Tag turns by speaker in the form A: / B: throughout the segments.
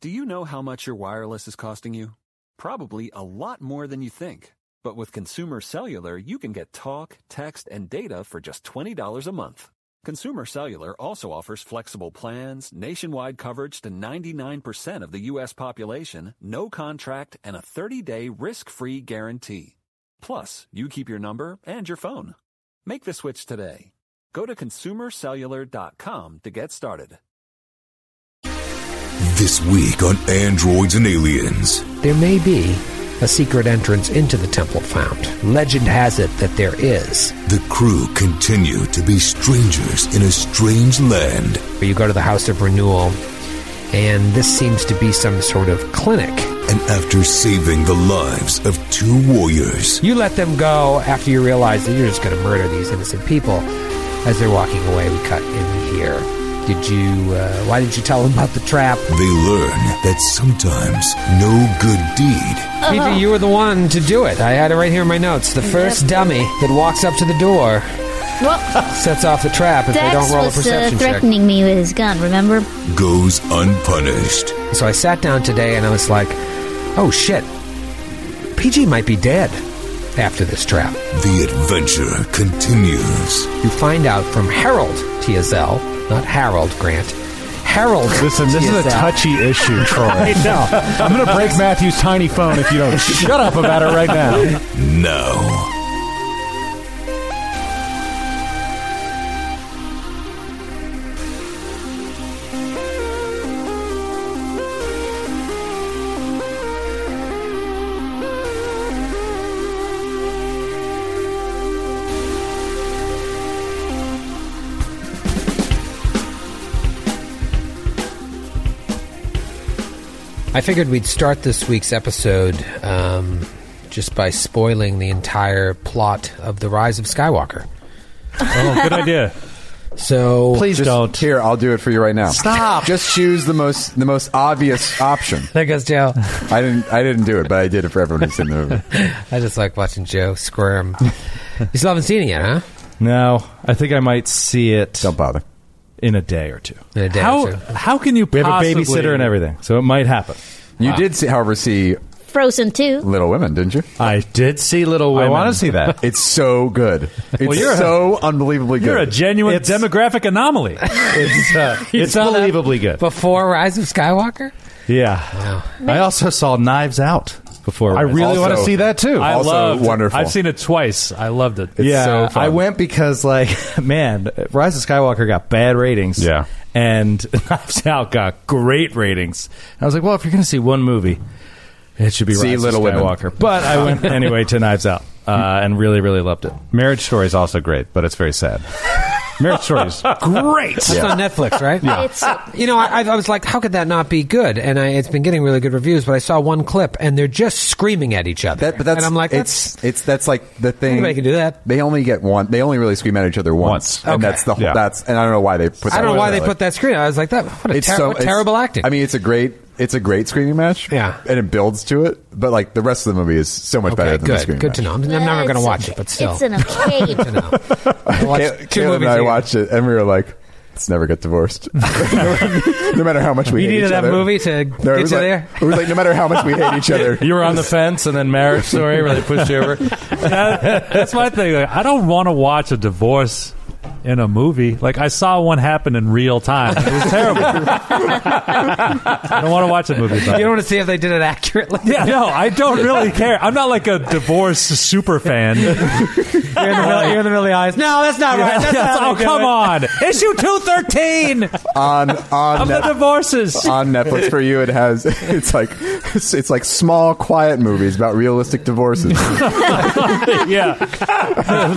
A: Do you know how much your wireless is costing you? Probably a lot more than you think. But with Consumer Cellular, you can get talk, text, and data for just $20 a month. Consumer Cellular also offers flexible plans, nationwide coverage to 99% of the U.S. population, no contract, and a 30-day risk-free guarantee. Plus, you keep your number and your phone. Make the switch today. Go to consumercellular.com to get started.
B: This week on Androids and Aliens.
C: There may be a secret entrance into the temple found. Legend has it that there is.
B: The crew continue to be strangers in a strange land.
C: Where you go to the House of Renewal, and this seems to be some sort of clinic.
B: And after saving the lives of two warriors,
C: You let them go after you realize that you're just going to murder these innocent people. As they're walking away, we cut in here. Did you? Uh, why did you tell them about the trap?
B: they learn that sometimes no good deed
D: Uh-huh.
C: Peter, you were the one to do it. I had it right here in my notes. The first dummy that walks up to the door
D: Well,
C: sets off the trap if they
D: Dax
C: don't roll a
D: was uh,
C: perception check.
D: threatening me with his gun, remember?
B: goes unpunished.
C: So I sat down today and I was like, oh shit, PG might be dead after this trap.
B: The adventure continues.
C: You find out from Harold TSL, not Harold Grant. Harold.
E: Listen, this is a
C: TSL.
E: touchy issue, Troy. I know. I'm going to break Matthew's tiny phone if you don't shut up about it right now.
B: Now.
C: I figured we'd start this week's episode um, just by spoiling the entire plot of The Rise of Skywalker.
F: Oh, good idea.
C: So
G: Just-
F: don't.
G: Here, I'll do it for you right now.
C: Stop.
G: Just choose the most the most obvious option.
C: there goes Joe.
G: I didn't I didn't do it, but I did it for everyone who's seen the movie.
C: I just like watching Joe squirm. you still haven't seen it yet, huh?
F: No, I think I might see it
G: Don't bother.
F: in a day or two.
C: In a day or
F: how,
C: two.
F: How can you
E: We have a
F: possibly-
E: babysitter and everything.
F: So it might happen.
G: You did, see, however, see
D: Frozen 2.
G: Little Women, didn't you?
E: I did see Little
F: I
E: Women.
F: want to see that.
G: It's so good. It's
F: you're a-
G: so unbelievably good.
F: You're a genuine
E: It's-
F: demographic anomaly.
E: It's, uh,
F: You
E: it's
F: saw that?
E: unbelievably good.
C: Before Rise of Skywalker?
E: Yeah. I also saw Knives Out before.
F: I really
G: Also-
E: want to see that too.
F: I
G: Also
F: loved.
G: wonderful.
F: I've seen it twice. I loved it.
G: It's
E: yeah,
G: so fun.
E: I went because like man, Rise of Skywalker got bad ratings.
F: Yeah.
E: and Knives Out got great ratings. I was like, well, if you're going to see one movie, it should be
G: See
E: Rise
G: Little
E: of
G: Women.
E: Skywalker. But I went anyway to Knives Out uh, and really, really loved it.
H: Marriage Story is also great, but it's very sad. Marriage Story is
E: Great.
C: It's on Netflix, right?
D: It's
C: You know, I, I was like, how could that not be good? And I, it's been getting really good reviews, but I saw one clip and they're just screaming at each other.
G: That, but that's,
C: and I'm like, that's.
G: it's it's that's like the thing.
C: Anybody can do that.
G: They only get one. They only really scream at each other
H: Once.
G: once, and
C: Okay.
G: that's the whole.
H: Yeah.
G: That's and I don't know why they put.
C: I don't know why they
G: trailer.
C: put that screen. I was like, that what a ter- what
G: it's-
C: terrible acting.
G: I mean, it's a great it's a great screaming match.
C: Yeah.
G: and it builds to it. But like the rest of the movie is so much better
C: okay,
G: than the
C: good,
G: screaming.
C: good to know.
G: match.
C: I'm, I'm never going to
D: it's-
C: watch it, but still,
D: It's an okay.
C: good to know. I watched
G: Ca-
C: two
G: Caleb
C: movies
G: and I
C: together.
G: watched it, and we were like, "Let's never get divorced." no matter how much we
C: You
G: hate
C: needed
G: each
C: that
G: other.
C: movie to
G: No, it
C: get
G: was
C: you
G: like-
C: there?
G: It was like no matter how much we hate each other.
E: You were on the fence, and then Marriage Story really pushed you over.
F: That's my thing. Like, I don't want to watch a divorce in a movie. Like I saw one happen in real time. It was terrible. I don't want to watch a movie. About
C: You
F: it.
C: don't want to see if they did it accurately.
F: Yeah, no, I don't really care. I'm not like a divorce super fan. You're in the middle, you're in the middle of the eyes.
C: No, that's not right. That's not how
F: oh,
C: they do
F: come
C: it.
F: on. Issue 213
G: on
F: of
G: on
F: the
G: Netflix.
F: divorces.
G: on Netflix for you. It has it's like it's, it's like small, quiet movies about realistic divorces.
F: yeah.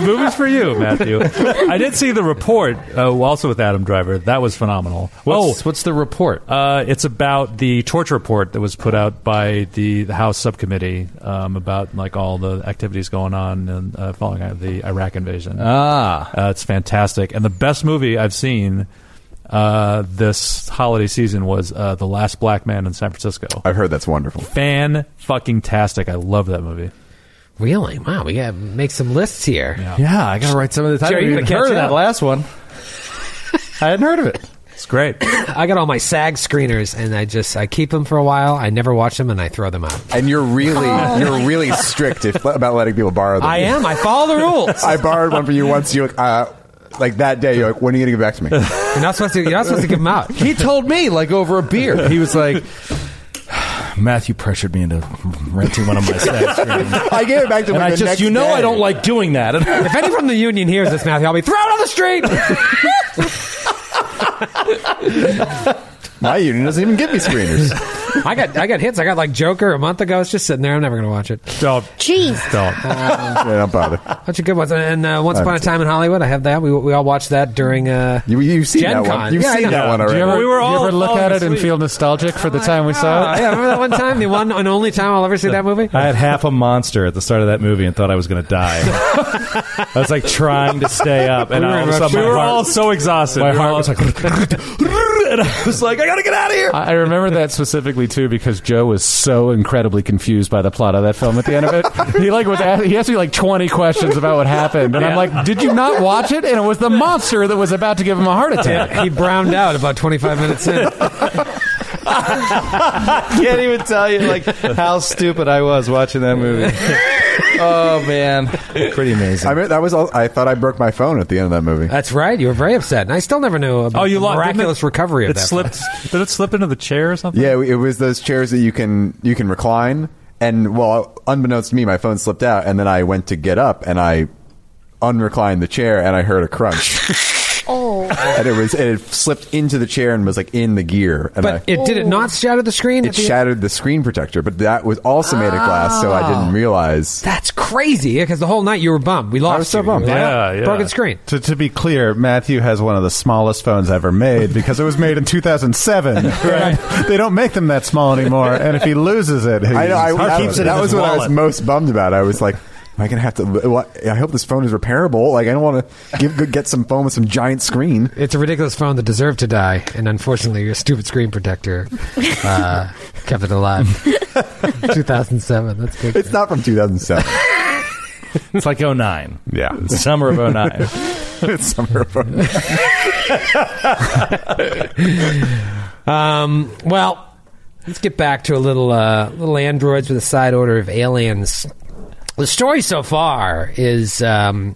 F: movies for you, Matthew. I did see the report, uh, also with Adam Driver. That was phenomenal.
E: What's,
F: oh,
E: what's the report?
F: uh, it's about the torture report that was put out by the, the House subcommittee um, about like all the activities going on and uh, following out the Iraq invasion.
E: Ah,
F: Uh, it's fantastic. And the best movie I've seen uh, this holiday season was uh, The Last Black Man in San Francisco.
G: I've heard that's wonderful.
F: Fan fucking tastic. I love that movie.
C: Really? Wow, we gotta make some lists here.
E: yeah. I got to write some of the. I
C: Jerry,
E: hadn't
C: you
E: even
C: gonna
E: heard
C: catch
E: of that
C: up?
E: last one. I hadn't heard of it. It's great.
C: I got all my SAG screeners, and I just I keep them for a while. I never watch them, and I throw them out.
G: And you're really you're really strict if, about letting people borrow them.
C: Oh. I am. I follow the rules.
G: I borrowed one from you once. You uh, like that day. You're like, when are you gonna give it back to me?
C: You're not supposed to. You're not supposed to give them out.
I: He told me, like over a beer.
E: He was like, Matthew pressured me into renting one of my SAG screens.
G: I gave it back to him.
E: And I
G: like, the
E: just,
G: next
E: you know,
G: day.
E: I don't like doing that. And
C: If anyone from the union hears this, Matthew, I'll be thrown on the street.
G: My union doesn't even give me screeners.
C: I got I got hits. I got like Joker a month ago. It's just sitting there. I'm never gonna watch it.
F: Don't
D: Jeez.
F: don't.
G: yeah, don't bother.
C: Bunch of good ones. And uh, Once Upon a Time in Hollywood, I have that. We, we all watched that during. Uh,
G: You, you've seen
C: Gen
G: that
C: Con.
G: one. You've
C: Yeah, I
G: seen
C: know.
G: that one
F: Do
G: already.
F: you ever,
E: We were
F: do you
E: all
F: ever look
E: falling
F: at it and
E: asleep.
F: feel nostalgic for the time we saw
C: Oh,
F: it?
C: yeah, remember that one time? The one and only time I'll ever see that movie?
E: I had half a monster at the start of that movie and thought I was going to die. I was like trying to stay up, and
C: We were
E: all of a
C: in
E: sudden
F: We
E: my
F: were
E: heart-
F: all so exhausted.
E: my
F: We were
E: heart
F: all-
E: was like, and I was like, I gotta get out of here.
I: I I remember that specifically too because Joe was so incredibly confused by the plot of that film at the end of it. He like was ask, he asked me like twenty questions about what happened, and I'm like, "Did you not watch it?" And it was the monster that was about to give him a heart attack.
C: he browned out about 25 minutes in.
H: can't even tell you like how stupid I was watching that movie. Oh man, pretty amazing.
G: I mean, that was all. I thought I broke my phone at the end of that movie.
C: That's right. You were very upset. And I still never knew about
F: Oh, you
C: the
F: lost
C: miraculous recovery of
F: it
C: that.
F: slipped. Did it slip into the chair or something?
G: Yeah, it was those chairs that you can you can recline. And well, unbeknownst to me, my phone slipped out, and then I went to get up, and I unreclined the chair, and I heard a crunch,
D: Oh.
G: and it was it had slipped into the chair and was like in the gear, and
C: But
G: I,
C: it did it not shatter the screen?
G: it
C: at the end?
G: shattered the screen protector. But that was also made of glass, so
C: Oh.
G: I didn't realize.
C: That's crazy. Yeah, because the whole night you were bummed. We lost.
G: was so
C: you.
G: bummed.
C: You were like,
F: Yeah, yeah.
C: Broken screen.
H: To, to be clear, Matthew has one of the smallest phones ever made because it was made in 2007. They don't make them that small anymore. And if he loses it, he
G: I know. I,
H: that-
G: that- that was what I was
H: wallet.
G: most bummed about. I was like. Am I gonna have to? What, I hope this phone is repairable. Like I don't want to give get some phone with some giant screen.
C: It's a ridiculous phone that deserved to die, and unfortunately, your stupid screen protector uh, kept it alive. 2007. That's good.
G: It's not from 2007.
E: It's like 09.
G: yeah,
E: Summer of 09.
G: it's somewhere from.
C: Um, well, let's get back to a little uh, little androids with a side order of aliens. The story so far is um,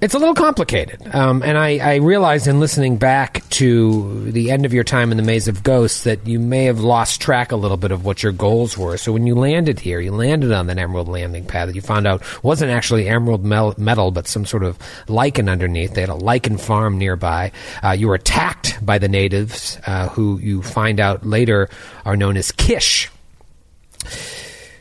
C: it's a little complicated, um, and I, I realized in listening back to the end of your time in the Maze of Ghosts that you may have lost track a little bit of what your goals were. So when you landed here, you landed on that emerald landing pad that you found out wasn't actually emerald mel- metal, but some sort of lichen underneath. They had a lichen farm nearby. Uh, you were attacked by the natives, uh, who you find out later are known as Kish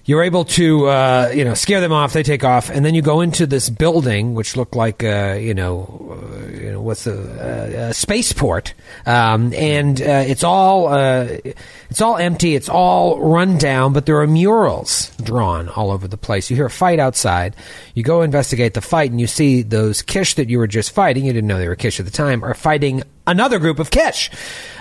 C: you're able to uh, you know scare them off. They take off, and then you go into this building, which looked like uh, you know uh, you know what's the uh, uh, spaceport, um, and uh, it's all uh, it's all empty, it's all run down, but there are murals drawn all over the place. You hear a fight outside. You go investigate the fight, and you see those Kish that you were just fighting. You didn't know they were Kish at the time. Are fighting another group of Kish.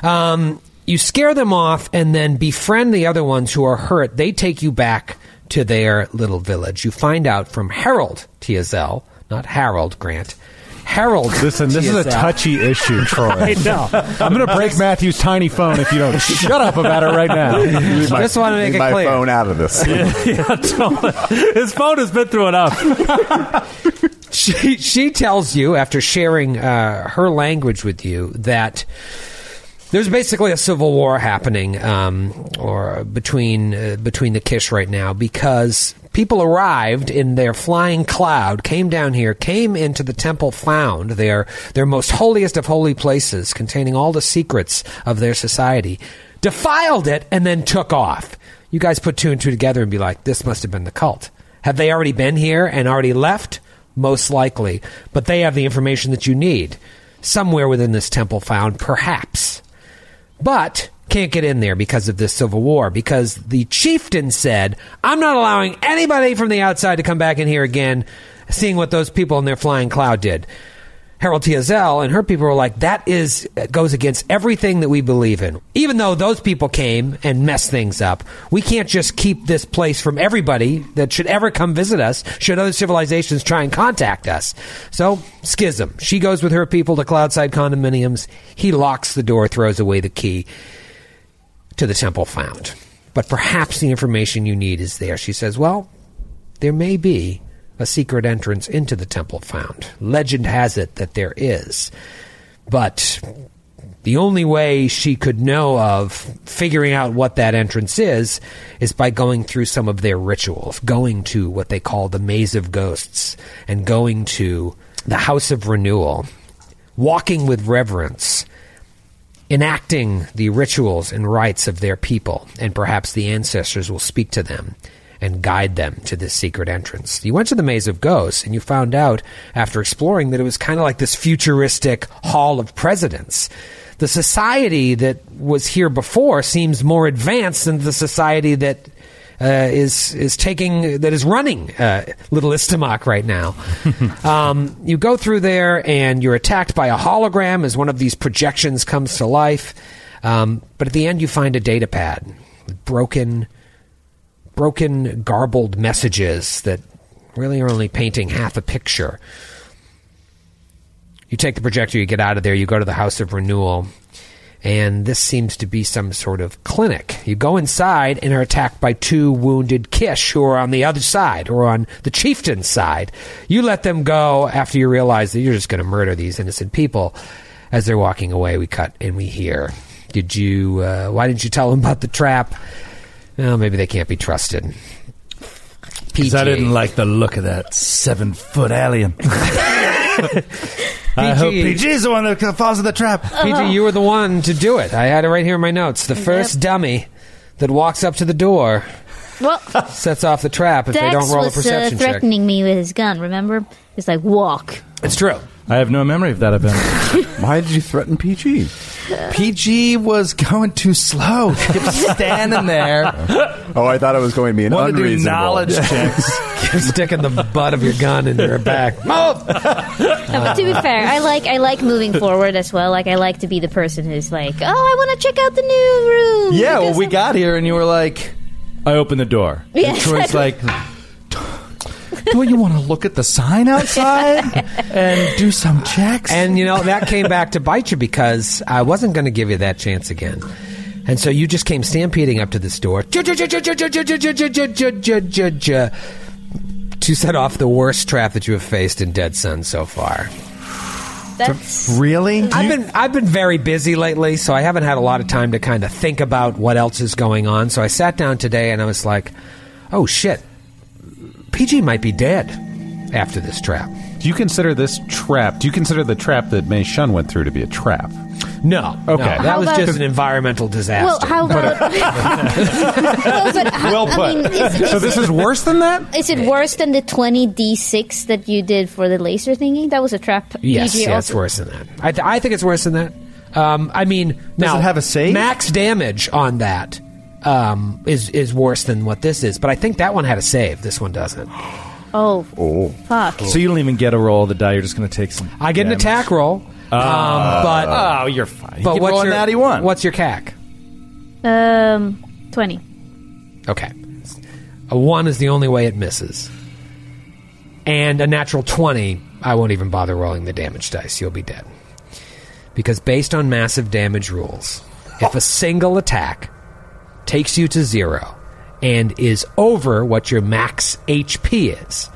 C: Um, you scare them off and then befriend the other ones who are hurt. They take you back to their little village. You find out from Harold TSL, not Harold Grant. Harold.
H: Listen, this is a
C: TSL.
H: touchy issue, Troy.
I: I'm going to break Matthew's tiny phone if you don't shut up about it right now.
G: Leave my,
C: Just wanna make
G: leave
C: it
G: my
C: clear.
G: phone out of this.
F: His phone has been through enough.
C: She she tells you after sharing uh, her language with you that there's basically a civil war happening um, or between uh, between the Kish right now because people arrived in their flying cloud, came down here, came into the temple, found their their most holiest of holy places, containing all the secrets of their society, defiled it, and then took off. You guys put two and two together and be like, this must have been the cult. Have they already been here and already left? Most likely, but they have the information that you need somewhere within this temple found, perhaps. But can't get in there because of this civil war, because the chieftain said, I'm not allowing anybody from the outside to come back in here again, seeing what those people in their flying cloud did. Carol Tiazel and her people were like, that is uh, goes against everything that we believe in. Even though those people came and messed things up, we can't just keep this place from everybody that should ever come visit us. Should other civilizations try and contact us, so schism. She goes with her people to Cloudside condominiums. He locks the door, throws away the key to the temple found. But perhaps the information you need is there. She says, Well, there may be a secret entrance into the temple found. Legend has it that there is. But the only way she could know of figuring out what that entrance is is by going through some of their rituals, going to what they call the Maze of Ghosts and going to the House of Renewal, walking with reverence enacting the rituals and rites of their people, and perhaps the ancestors will speak to them and guide them to this secret entrance. You went to the Maze of Ghosts, and you found out after exploring that it was kind of like this futuristic Hall of Presidents. The society that was here before seems more advanced than the society that uh, is is taking that is running uh, Little Istamak right now. um, you go through there and you're attacked by a hologram as one of these projections comes to life. Um, but at the end, you find a data pad, with broken, broken, garbled messages that really are only painting half a picture. You take the projector, you get out of there, you go to the House of Renewal, and this seems to be some sort of clinic. You go inside and are attacked by two wounded Kish who are on the other side or on the chieftain's side. You let them go after you realize that you're just going to murder these innocent people. As they're walking away, we cut and we hear. Did you, uh, why didn't you tell them about the trap? Well, maybe they can't be trusted.
E: Because I
C: PG.
E: didn't like the look of that seven foot alien. I hope PG's the one that falls in the trap.
D: Uh-huh.
C: PG, you were the one to do it. I had it right here in my notes. The first dummy that walks up to the door
D: Well,
C: sets off the trap if they
D: Dex
C: don't roll a
D: was uh,
C: perception check.
D: threatening me with his gun, remember? He's like, walk.
C: It's true.
E: I have no memory of that event.
G: Why did you threaten PG?
E: PG was going too slow. She kept standing there.
G: Oh, I thought it was going to be an
E: Wanted to do
G: unreasonable.
E: knowledge checks.
C: You're sticking the butt of your gun in your back. Move!
D: No,
C: Uh.
D: but to be fair, I like I like moving forward as well. Like I like to be the person who's like, oh, I want to check out the new room.
E: Yeah, well,
D: because
E: we
D: I'm-
E: got here and you were like, I opened the door.
D: Yeah,
E: And Troy's like, do you want to look at the sign outside and do some checks?
C: And you know that came back to bite you because I wasn't going to give you that chance again. And so you just came stampeding up to this door ju- ju- ju- ju- ju- ju- ju- ju- ju- ju- ju- ju- ju- ju- to set off the worst trap that you have faced in Dead Sun so far.
D: That's
H: Really?
C: I've been I've been very busy lately, so I haven't had a lot of time to kind of think about what else is going on. So I sat down today and I was like, "Oh shit, PG might be dead after this trap."
H: Do you consider this trap? Do you consider the trap that Mei Shun went through to be a trap?
C: No,
H: Okay.
C: no, that
D: How
C: was
D: about-
C: just an environmental disaster.
D: well. How about? no, but how,
H: Well
D: I mean,
H: put.
D: is,
H: So
D: is,
H: this is worse than that?
D: is it worse than the twenty d six that you did for the laser thingy? That was a trap.
C: yes,
D: DG
C: yeah, it's
D: also-
C: worse than that. I, th- I think it's worse than that. Um, I mean, does now,
E: it have a save?
C: Max damage on that um, is is worse than what this is, but I think that one had a save. This one doesn't.
D: Oh, fuck!
E: so you don't even get a roll of the die. You're just going to take some.
C: I get an
E: damage.
C: attack roll, um, but.
E: Oh, you're fine.
C: But
E: you
C: what's
E: roll
C: your
E: a natty one.
C: What's your CAC?
D: Um, twenty.
C: Okay, a one is the only way it misses, and a natural twenty. I won't even bother rolling the damage dice. You'll be dead because based on massive damage rules, if a single attack takes you to zero and is over what your max HP is,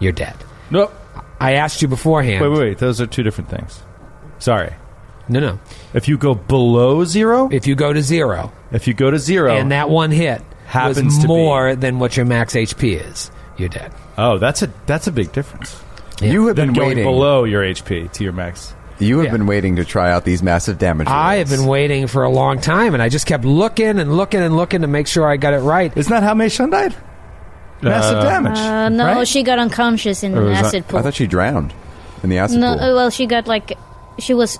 C: you're dead.
E: Nope.
C: I asked you beforehand.
E: Wait, wait, wait. Those are two different things. Sorry.
C: No, no.
E: If you go below zero,
C: If you go to zero,
E: if you go to zero,
C: and that one hit
E: Happens
C: was
E: to be.
C: more than what your max HP is, you're dead.
E: oh, that's a that's a big difference.
G: You have
E: Then
G: been
E: going
G: waiting.
E: below your HP to your max.
G: you have
C: Yeah.
G: been waiting to try out these massive damage.
C: I have
G: rolls.
C: been waiting for a long time, and I just kept looking and looking and looking to make sure I got it right.
E: Isn't that how Mei Shun died? Massive damage.
D: Uh, no,
E: right?
D: she got unconscious in an
H: was that-
D: acid pool.
G: I thought she drowned in the acid
D: no,
G: pool.
D: uh, well, she got like she was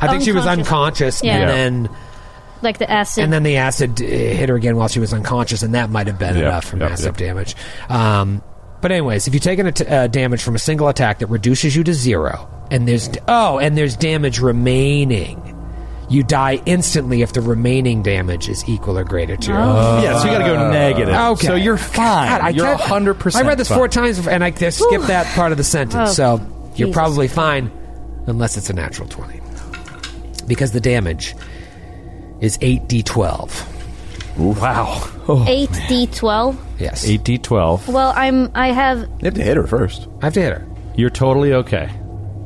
C: I think she was unconscious,
D: Yeah.
C: and
D: Yeah.
C: then
D: like the acid.
C: and then the acid uh, hit her again while she was unconscious, and that might have been enough for
H: yeah,
C: massive damage. Um, but anyways, if you take an at- uh, damage from a single attack that reduces you to zero, and there's oh, and there's damage remaining. You die instantly if the remaining damage is equal or greater to your own.
E: Yeah, so you got to go negative.
C: Ah, Okay.
E: So you're fine.
C: God, I
E: you're
C: tried-
E: 100%.
C: I read this
E: fine.
C: four times and I just skipped that part of the sentence.
D: Oh,
C: so you're
D: Jesus.
C: probably fine unless it's a natural 20. Because the damage is 8d12.
I: Wow.
D: Eight d twelve.
C: Yes.
I: 8d12.
D: Well, I'm. I have.
G: You have to hit her first.
C: I have to hit her.
I: You're totally okay.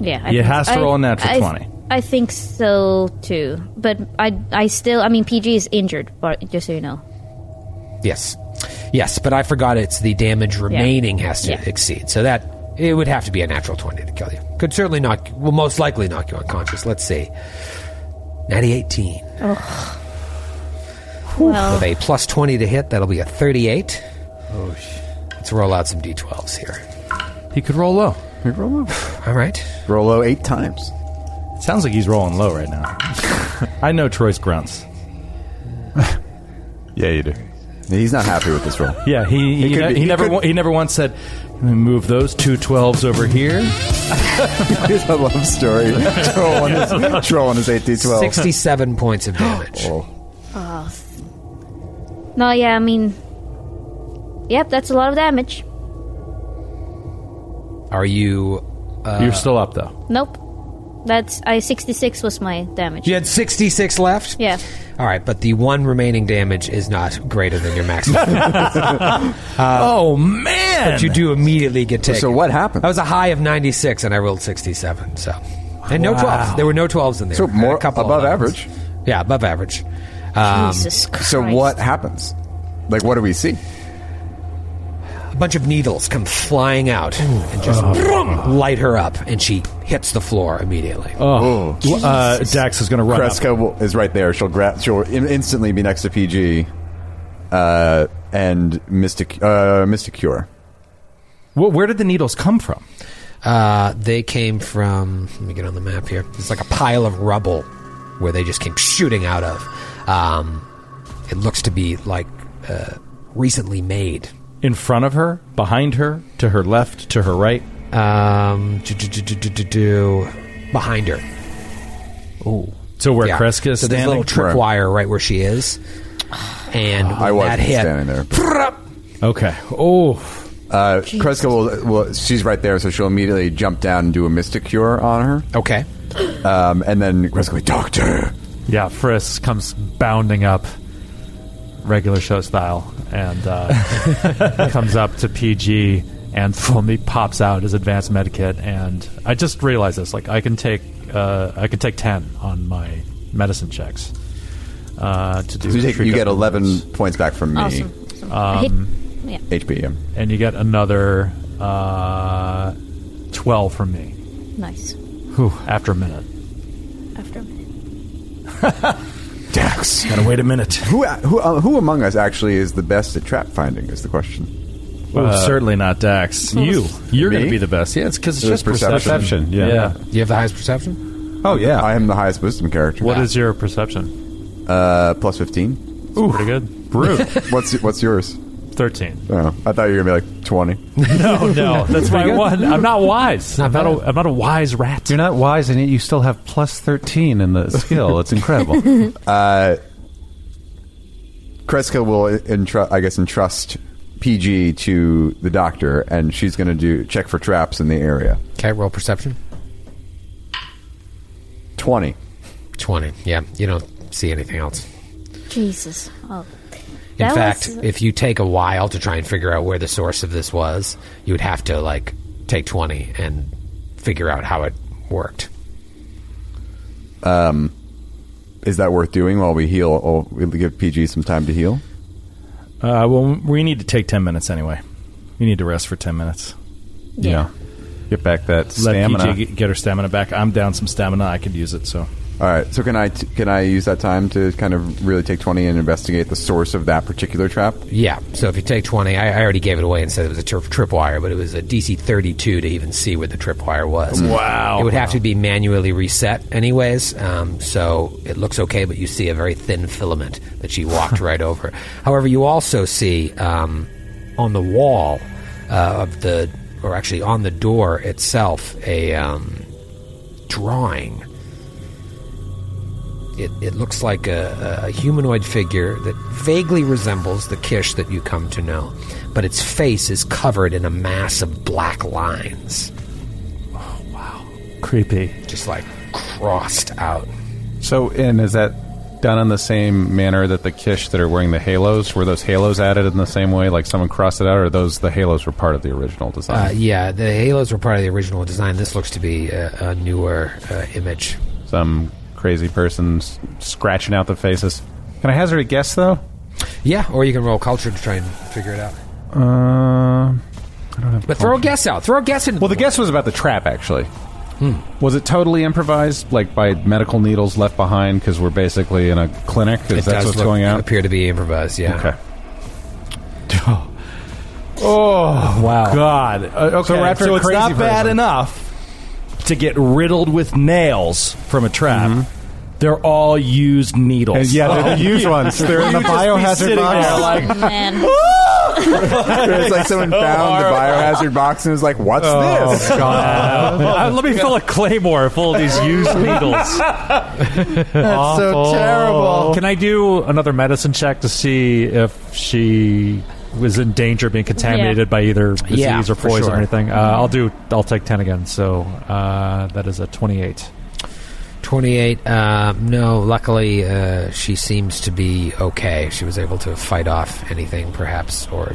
D: Yeah. I
E: You
D: think-
E: has to
D: I-
E: roll a natural
D: I-
E: 20.
D: I think so too, but I I still I mean PG is injured, but just so you know.
C: Yes. Yes, but I forgot it's the damage remaining has to
D: Yeah.
C: exceed. So that it would have to be a natural 20 to kill you. Could certainly knock will most likely knock you unconscious. Let's see. 90 18
D: Well,
C: with a plus 20 to hit, that'll be a 38. Oh shit. Let's roll out some d12s here.
E: He could roll low.
C: All right.
G: Roll low eight times.
E: It sounds like he's rolling low right now. I know Troy's grunts.
H: Yeah, you do.
G: He's not happy with this roll.
E: Yeah, he he,
G: could
E: ne-
G: be-
E: he
G: he
E: never
G: could-
E: wa- he never once said, "Let me "Move those two 12s over here."
G: It's a love story. Troll on his, troll on his 8d12.
C: 67 points of damage.
D: no, yeah, I mean, yep, that's a lot of damage.
C: Are you.
I: You're still up, though.
D: Nope, that's I sixty six was my damage.
C: You had 66 left?
D: Yeah.
C: All right, but the one remaining damage is not greater than your maximum.
E: oh man!
C: but you do immediately get taken.
G: So what happened?
C: That was a high of 96, and I rolled 67, so. And no 12s. There were no 12s in there.
G: So
C: A
G: more
C: couple
G: above
C: 11s.
G: average.
C: Yeah, above average.
D: Jesus Christ.
G: So what happens? Like, what do we see?
C: A bunch of needles come flying out and just
G: Uh-huh.
C: light her up, and she hits the floor immediately.
I: Oh. Uh, Dax is going to run up.
G: Cresco will, is right there. She'll grab. She'll in- instantly be next to PG, uh, and Mystic uh, Mystic Cure.
E: Wh- where did the needles come from?
C: Uh, they came from. Let me get on the map here. It's like a pile of rubble where they just came shooting out of. Um, it looks to be like uh, recently made.
E: In front of her, behind her, to her left, to her right.
C: Um, do, do, do, do, do, do, do, behind her.
E: So where
C: Yeah.
E: Kreska is
C: so there's a
E: standing.
C: little tripwire right where she is. And when
G: I was
C: that hit,
G: standing there.
E: okay. Oh,
G: Uh, Kreska will, will. She's right there, so she'll immediately jump down and do a Mystic Cure on her,
C: Okay.
G: um, and then Kreska will be, Doctor.
F: Yeah, Friss comes bounding up, regular show style, and uh, comes up to PG, and Fulmi pops out his advanced med kit, and I just realized this. Like, I can take uh, I can take ten on my medicine checks uh, to do.
G: So you, take,
F: treat
G: you get
F: up
G: eleven
F: wounds.
G: points back from me.
D: Awesome. awesome. I hit- yeah.
G: HP. yeah.
F: and you get another uh, twelve from me.
D: Nice.
F: Whew, after a minute.
D: After a minute.
G: Dax.
E: gotta wait a minute.
G: Who who uh, who among us actually is the best at trap finding? Is the question.
E: oh, certainly not Dax. You, you're
G: Me?
E: gonna be the best. Yeah, it's because it's
G: It was
E: just perception.
H: Perception. Yeah.
C: You have the highest perception?
H: Oh yeah.
G: I am the highest wisdom character.
F: What is your perception?
G: Uh, plus fifteen.
F: It's pretty good. Brute.
G: What's what's yours?
F: Thirteen.
G: Oh, I thought you were gonna be like twenty.
F: No, no, that's my one. I'm not wise.
C: Not
F: I'm, not
C: bad.
F: a, I'm not a wise rat.
H: You're not wise, and yet you still have plus thirteen in the skill. It's incredible.
G: Kreska will entru- I guess, entrust PG to the doctor, and she's going to do check for traps in the area.
C: Okay, roll perception.
G: Twenty.
C: 20. Yeah, you don't see anything else.
D: Jesus. Oh.
C: In
D: That
C: fact,
D: was-
C: if you take a while to try and figure out where the source of this was, you would have to like take 20 and figure out how it worked.
G: Is that worth doing while we heal? Or we give PG some time to heal.
E: Uh, well, we need to take ten minutes anyway. You need to rest for ten minutes.
D: yeah.
H: Get back that
E: Let
H: stamina.
E: PJ get- get her stamina back. I'm down some stamina. I could use it. So
G: All right. So can I t- can I use that time to kind of really take twenty and investigate the source of that particular trap?
C: Yeah, so if you take 20, I, I already gave it away and said it was a trip, tripwire, but it was a DC 32 to even see where the tripwire was. Wow. It would have to be manually reset, anyways, um, so it looks okay, but you see a very thin filament that she walked right over. However, you also see um, on the wall uh, of the, or actually on the door itself, a. Um, drawing. It, it looks like a, a humanoid figure that vaguely resembles the Kish that you come to know, but its face is covered in a mass of black lines,
H: Oh,
F: Creepy.
C: just like crossed out.
H: So, and is that done in the same manner that the Kish that are wearing the halos were those halos added in the same way? Like someone crossed it out, or those the halos were part of the original
C: Uh,
H: design?
C: yeah, the halos were part of the original design. This looks to be a, a newer uh, image.
H: Some crazy person s- scratching out the faces. Can I hazard a guess though?
C: Yeah, or you can roll culture to try and figure it out.
H: Uh,
C: But throw a guess out. Throw a guess in.
H: well, the guess was about the trap actually.
F: Hmm.
H: Was it totally improvised, like by medical needles left behind? Because we're basically in a clinic. Is that what's
C: look-
H: going on?
C: appear to be improvised. Yeah.
H: Okay. Oh,
J: Wow.
I: God.
F: Uh,
I: okay.
J: So,
H: after a
J: it's
H: crazy
J: not bad
H: person.
J: enough to get riddled with nails from a trap. They're all used
H: Mm-hmm.
J: needles.
H: And yeah, they're
F: Oh.
H: the used ones. They're in the biohazard box.
D: Man.
G: It's like someone found the biohazard box and was like, "What's this?"
F: Uh, let me fill a claymore full of these used needles. That's
G: so terrible.
F: Can I do another medicine check to see if she was in danger of being contaminated by either disease
C: Yeah,
F: or
C: for
F: poison
C: sure.
F: or anything? Uh, I'll do. I'll take ten again. So uh, that is a twenty-eight.
C: Twenty-eight. Uh, no, luckily uh, she seems to be okay. She was able to fight off anything, perhaps, or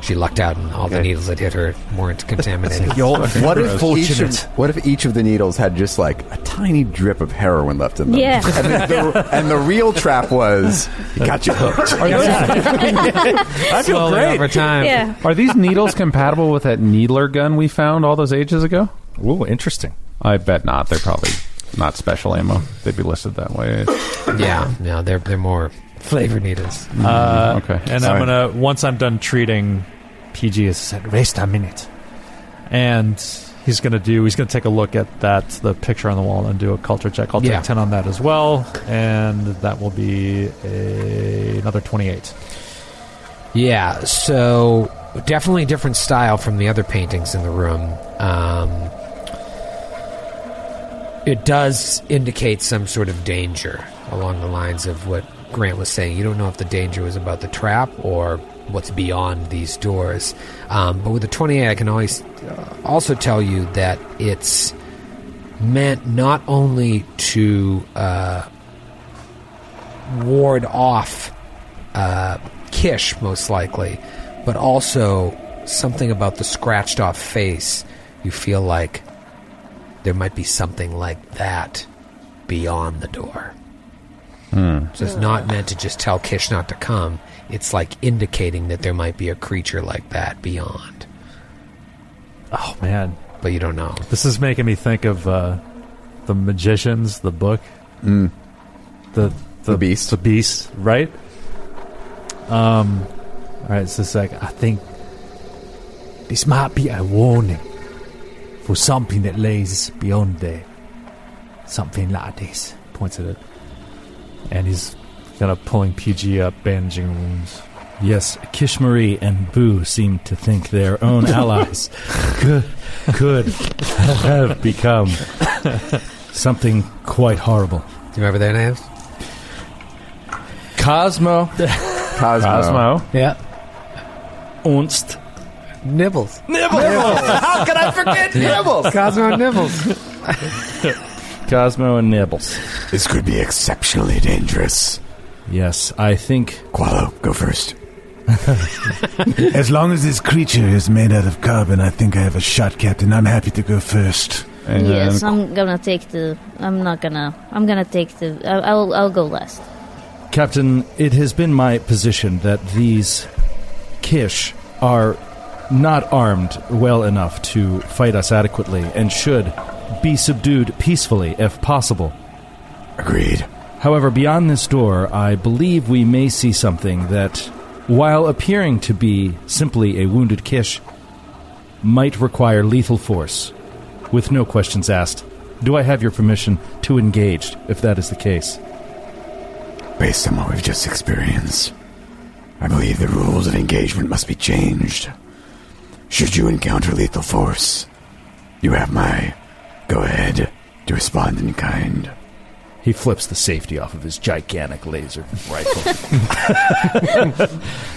C: she lucked out, and all the needles that hit her weren't contaminated.
G: What if, each of, what if each of the needles had just like a tiny drip of heroin left in them?
D: Yeah.
G: And, then the, and the real trap was, you got you hooked.
F: I feel
C: Slowly over time.
D: Yeah.
H: Are these needles compatible with that needler gun we found all those ages ago?
J: Ooh, interesting.
H: I bet not. They're probably not special ammo. They'd be listed that way.
C: Yeah. No, they're they're more flavor needles.
F: Uh,
H: okay.
F: And I'm gonna once I'm done treating PG is said, waste a minute. And he's gonna do he's gonna take a look at that the picture on the wall and do a culture check. I'll
C: Yeah.
F: take ten on that as well. And that will be a, another twenty eight.
C: Yeah, so definitely a different style from the other paintings in the room. Um, it does indicate some sort of danger along the lines of what Grant was saying. You don't know if the danger was about the trap or what's beyond these doors. Um, but with the 28, I can always uh, also tell you that it's meant not only to uh, ward off uh, Kish, most likely, but also something about the scratched off face. You feel like there might be something like that beyond the door. So it's not meant to just tell Kish not to come. It's like indicating that there might be a creature like that beyond,
F: Oh man.
C: but you don't know.
F: This is making me think of uh, the magicians, the book. The, the
G: Mm. The Beast.
F: The beast, right? Um all right, so it's like I think
J: This might be a warning for something that lays beyond there. Something like this.
F: points at it, and he's kind of pulling PG up, bandaging the wounds.
J: Yes, Kishmari and Boo seem to think their own allies could, could have become something quite horrible.
C: Do you remember their names?
J: Cosmo
G: Cosmo.
H: Osmo.
C: Yeah.
J: Unst.
C: Nibbles.
J: How could I forget Nibbles?
C: Cosmo Nibbles.
J: Cosmo and Nibbles.
B: This could be exceptionally dangerous.
J: Yes, I think
B: Qualo, go first.
K: As long as this creature is made out of carbon, I think I have a shot, Captain. I'm happy to go first.
H: And
D: yes,
H: then
D: I'm gonna take the. I'm not gonna. I'm gonna take the. I- I'll. I'll go last.
J: Captain, it has been my position that these Kish are not armed well enough to fight us adequately and should be subdued peacefully if possible.
B: Agreed.
J: However, beyond this door, I believe we may see something that, while appearing to be simply a wounded Kish, might require lethal force, with no questions asked. Do I have your permission to engage if that is the case?
B: Based on what we've just experienced, I believe the rules of engagement must be changed. Should you encounter lethal force, you have my go ahead to to respond in kind.
J: He flips the safety off of his gigantic laser rifle.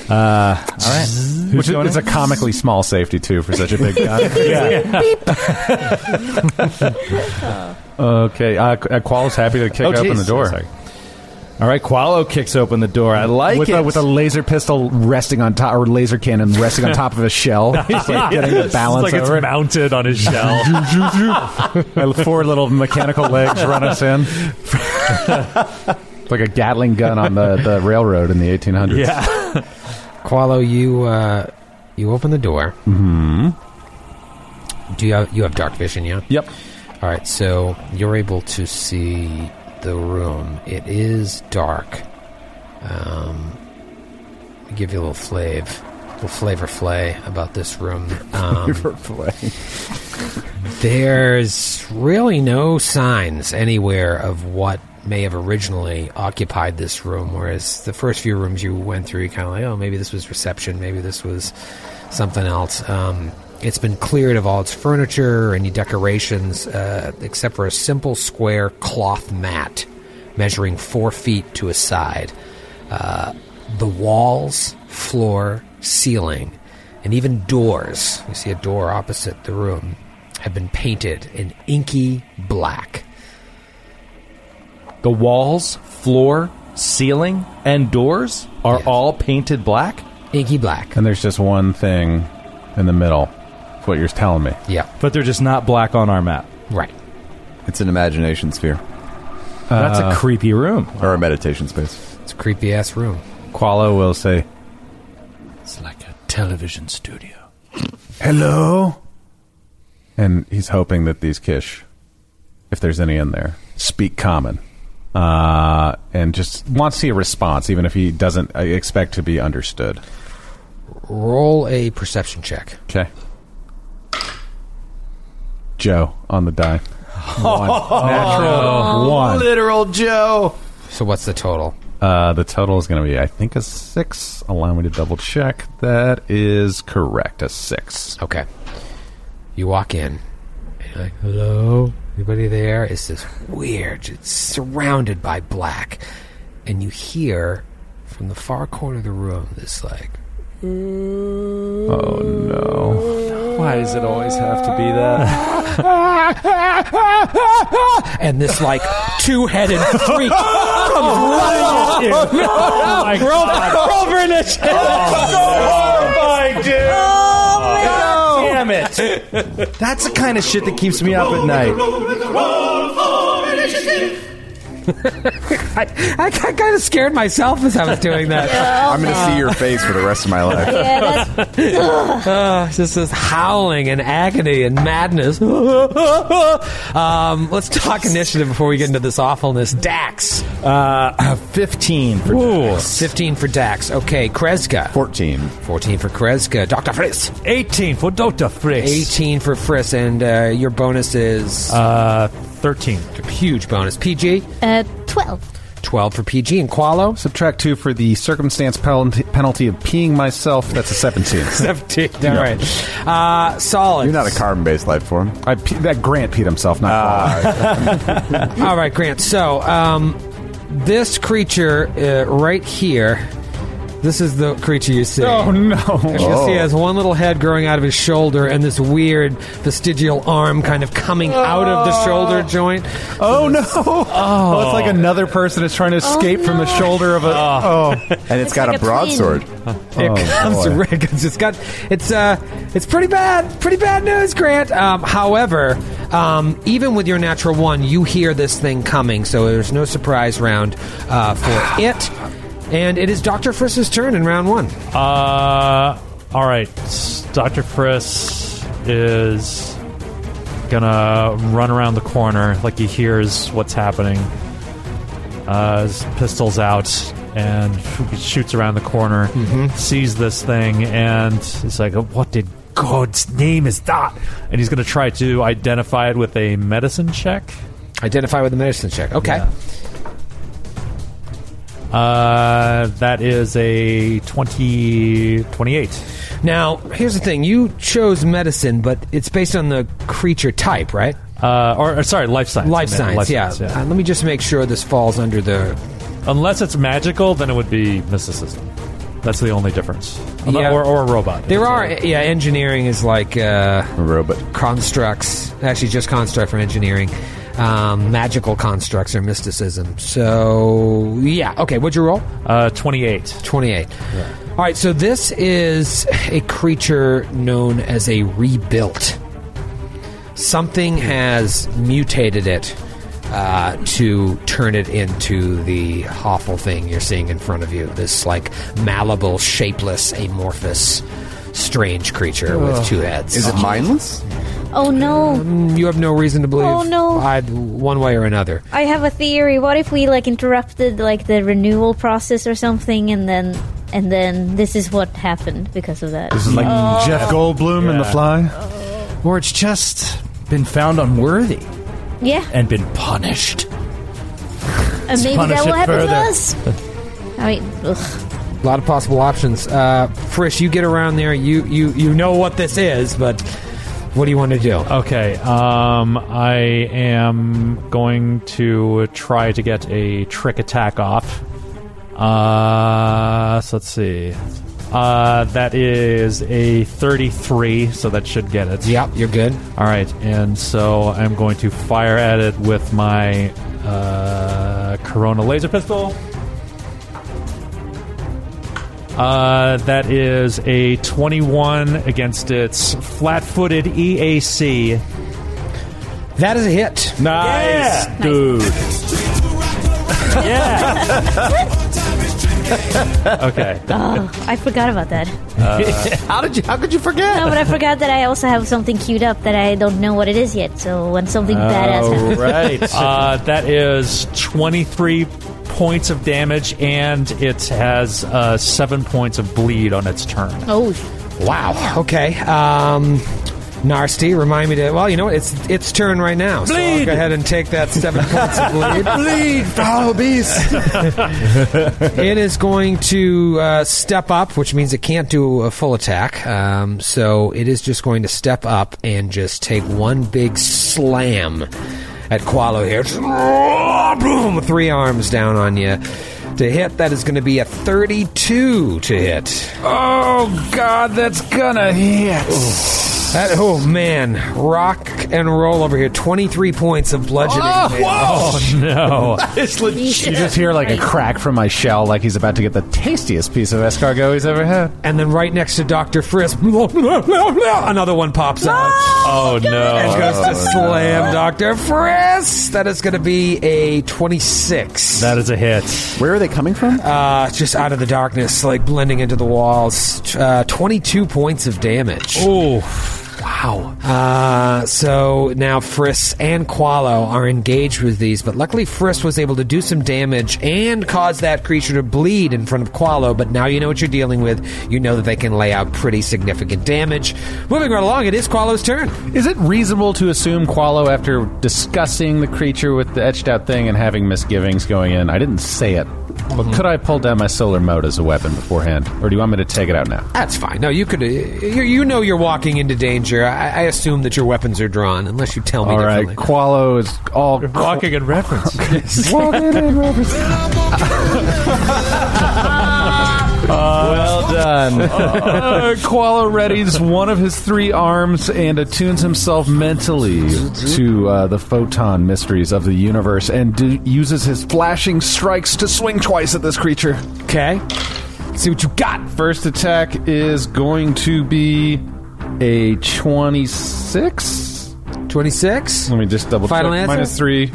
H: Uh, all right. Which
J: going
H: is a comically small safety, too, for such a big gun.
J: Yeah.
H: okay. Uh, Qu- uh, Qual's happy to kick
J: Oh,
H: open
J: jeez.
H: the door.
J: Sorry. All right, Qualo kicks open the door. I like
I: with
J: it
I: a, with a laser pistol resting on top or laser cannon resting on top of a shell, just like getting the
F: It's
I: balance
F: like it's
I: over it.
F: mounted on his shell.
I: My four little mechanical legs run us in.
H: It's like a Gatling gun on the, the railroad in the 1800s.
C: Qualo, you uh, you open the door.
H: hmm
C: Do you have you have dark vision? Yeah.
H: Yep.
C: All right, so you're able to see the room. It is dark. Um, I'll give you a little flav, little flavor flay about this room. Um, There's really no signs anywhere of what may have originally occupied this room, whereas the first few rooms you went through, you kind of like, oh, maybe this was reception, maybe this was something else. Um, it's been cleared of all its furniture, any decorations, uh, except for a simple square cloth mat measuring four feet to a side. Uh, the walls, floor, ceiling, and even doors. You see a door opposite the room have been painted in inky black.
J: The walls, floor, ceiling, and doors are all painted black?
C: Inky black.
H: And there's just one thing in the middle. That's what you're telling me.
C: Yeah.
J: But they're just not black on our map.
C: Right.
G: It's an imagination sphere.
J: That's a creepy room.
G: Or a meditation space.
C: It's a creepy ass room.
H: Qualo will say,
J: It's like a television studio.
H: Hello? And he's hoping that these Kish, if there's any in there, speak common. Uh, and just wants to see a response, even if he doesn't uh, expect to be understood.
C: Roll a perception check.
H: Okay. Joe on the die. One. Natural one.
J: Literal Joe.
C: So what's the total?
H: Uh, the total is going to be, I think, a six. Allow me to double check. That is correct. A six.
C: Okay. You walk in. And you're like, hello? Anybody there? It's this weird. It's surrounded by black. And you hear from the far corner of the room this like
H: Oh no!
J: Why does it always have to be that?
C: and this like two-headed freak comes running at you.
J: Oh my
C: roll, roll for initiative.
J: Damn it! That's the kind of shit that keeps me up at night.
C: I, I kind of scared myself as I was doing that.
G: I'm going to see your face for the rest of my life.
D: Yeah, that's
C: Uh, just this howling and agony and madness. um, let's talk initiative before we get into this awfulness. Dax,
J: Uh, fifteen for Dax.
C: fifteen for Dax. Okay, Kreska,
G: 14.
C: fourteen for Kreska. Doctor Fritz,
F: 18 for Dota Frisk.
C: eighteen for Fritz, and uh, your bonus is
F: Uh, 13.
C: a huge bonus. PG,
D: uh, 12.
C: twelve for PG, and Qualo.
H: Subtract two for the circumstance penalty, penalty of peeing myself. That's a seventeen.
C: 17. All right. Uh, solid.
G: You're not a carbon based life form. Ah.
H: I pe- that Grant peed himself. Not Paul.
C: All right, Grant. So, um, this creature uh, right here, this is the creature you see.
H: oh no!
C: You see, he
G: Oh.
C: has one little head growing out of his shoulder and this weird vestigial arm kind of coming out of the shoulder joint.
H: Oh no! Oh. it's like another person is trying to escape from
D: Oh,
H: the shoulder of a. Oh,
G: And it's got
D: like a twin.
G: a broadsword.
C: It
H: Oh,
C: comes
H: boy.
C: right. It's got. It's uh. It's pretty bad. Pretty bad news, Grant. Um, however, um, even with your natural one, you hear this thing coming, so there's no surprise round uh, for it. And it is Doctor Frisk's turn in round one.
F: Uh, all right. Dr. Friss is gonna run around the corner like he hears what's happening. Uh, his pistol's out and he shoots around the corner,
C: Mm-hmm.
F: sees this thing, and he's like, What did God's name is that? And he's gonna try to identify it with a medicine check.
C: Identify with the medicine check. Okay.
F: Uh, that is a 20, 28.
C: Now, here's the thing. You chose medicine, but it's based on the creature type, right?
F: Uh, or, or sorry, life science.
C: Life
F: I meant
C: science, yeah. Uh, let me just make sure this falls under the.
F: Unless it's magical, then it would be mysticism. That's the only difference. Unle-
C: Yeah.
F: Or, or a robot.
C: There are, yeah, engineering is like uh, robot constructs. Actually, just construct for engineering. Um, magical constructs or mysticism. So yeah, okay. What'd you roll?
F: Uh, Twenty-eight.
C: Twenty-eight. All right. So this is a creature known as a rebuilt. Something has mutated it uh, to turn it into the awful thing you're seeing in front of you. This like malleable, shapeless, amorphous, strange creature with
D: Ugh.
C: two heads.
D: Is it
C: mindless?
D: Oh no.
C: You have no reason to believe.
D: Oh, no.
C: I'd, one way or another.
D: I have a theory. What if we like interrupted like the renewal process or something and then and then this is what happened because of that.
J: This is like
D: Oh.
J: Jeff Goldblum
D: in The
J: Fly, Oh. or it's just been found unworthy
D: Yeah.
J: and been punished.
D: And maybe
J: punish
D: that will
J: it
D: happen to
J: further.
D: us. I mean, ugh.
C: A lot of possible options. Uh, Frisch, you get around there. You you you know what this is, but what do you want to do?
F: Okay. Um, I am going to try to get a trick attack off. Uh, so let's see. Uh, that is a 33, so that should get it.
C: Yep, you're good.
F: All right, and so I'm going to fire at it with my uh, Corona laser pistol. Uh, that is a 21 against its E flat footed EAC.
C: That is a hit.
F: Nice, dude. okay.
D: oh, I forgot about that.
C: Uh, how did you? How could you forget?
D: No, but I forgot that I also have something queued up that I don't know what it is yet. So when something badass happens,
F: uh, that is 23 points of damage, and it has uh, seven points of bleed on its turn.
D: Oh.
C: Wow. Okay. Um, Narsty, remind me to. Well, you know what? It's its turn right now. So I'll
E: Bleed!
C: go ahead and take that seven points of bleed.
E: Bleed,
C: foul beast. it is going to uh, step up, which means it can't do a full attack. Um, so it is just going to step up and just take one big slam at Qualo here. Boom! Three arms down on you. To hit, that is going to be a 32 to hit. Oh, God, that's gonna hit. That, oh, man. Rock and roll over here. 23 points of bludgeoning.
E: Oh,
C: damage.
E: whoa!
F: no.
E: It's legit.
H: You just hear like a crack from my shell, like he's about to get the tastiest piece of escargot he's ever had.
C: And then right next to Dr. Frisk, another one pops out.
F: Oh, no.
C: And goes
F: Oh,
C: to slam Dr. Frisk. That is going to be a 26.
F: That is a hit.
C: Where are they coming from? Uh, just out of the darkness, like blending into the walls. T- Uh, 22 points of damage.
F: Oh.
C: Wow. Uh, so now Frisk and Qualo are engaged with these, but luckily Frisk was able to do some damage and cause that creature to bleed in front of Qualo, but now you know what you're dealing with. You know that they can lay out pretty significant damage. Moving right along, it is Qualo's turn.
H: Is it reasonable to assume Qualo, after discussing the creature with the etched out thing and having misgivings going in, I didn't say it,
J: Mm-hmm.
H: but could I pull down my solar mode as a weapon beforehand, or do you want me to take it out now?
C: That's fine. No, you could. Uh, you, you know you're walking into danger. I, I assume that your weapons are drawn, unless you tell me
H: All right,
C: differently.
H: Qualo is all
F: walking in reference.
H: well done. uh, Koala readies one of his three arms and attunes himself mentally to uh, the photon mysteries of the universe and do- uses his flashing strikes to swing twice at this creature.
C: Okay. See what you got.
H: First attack is going to be a 26.
C: 26?
H: Let me just double
C: Final
H: check.
C: answer?
H: Minus three.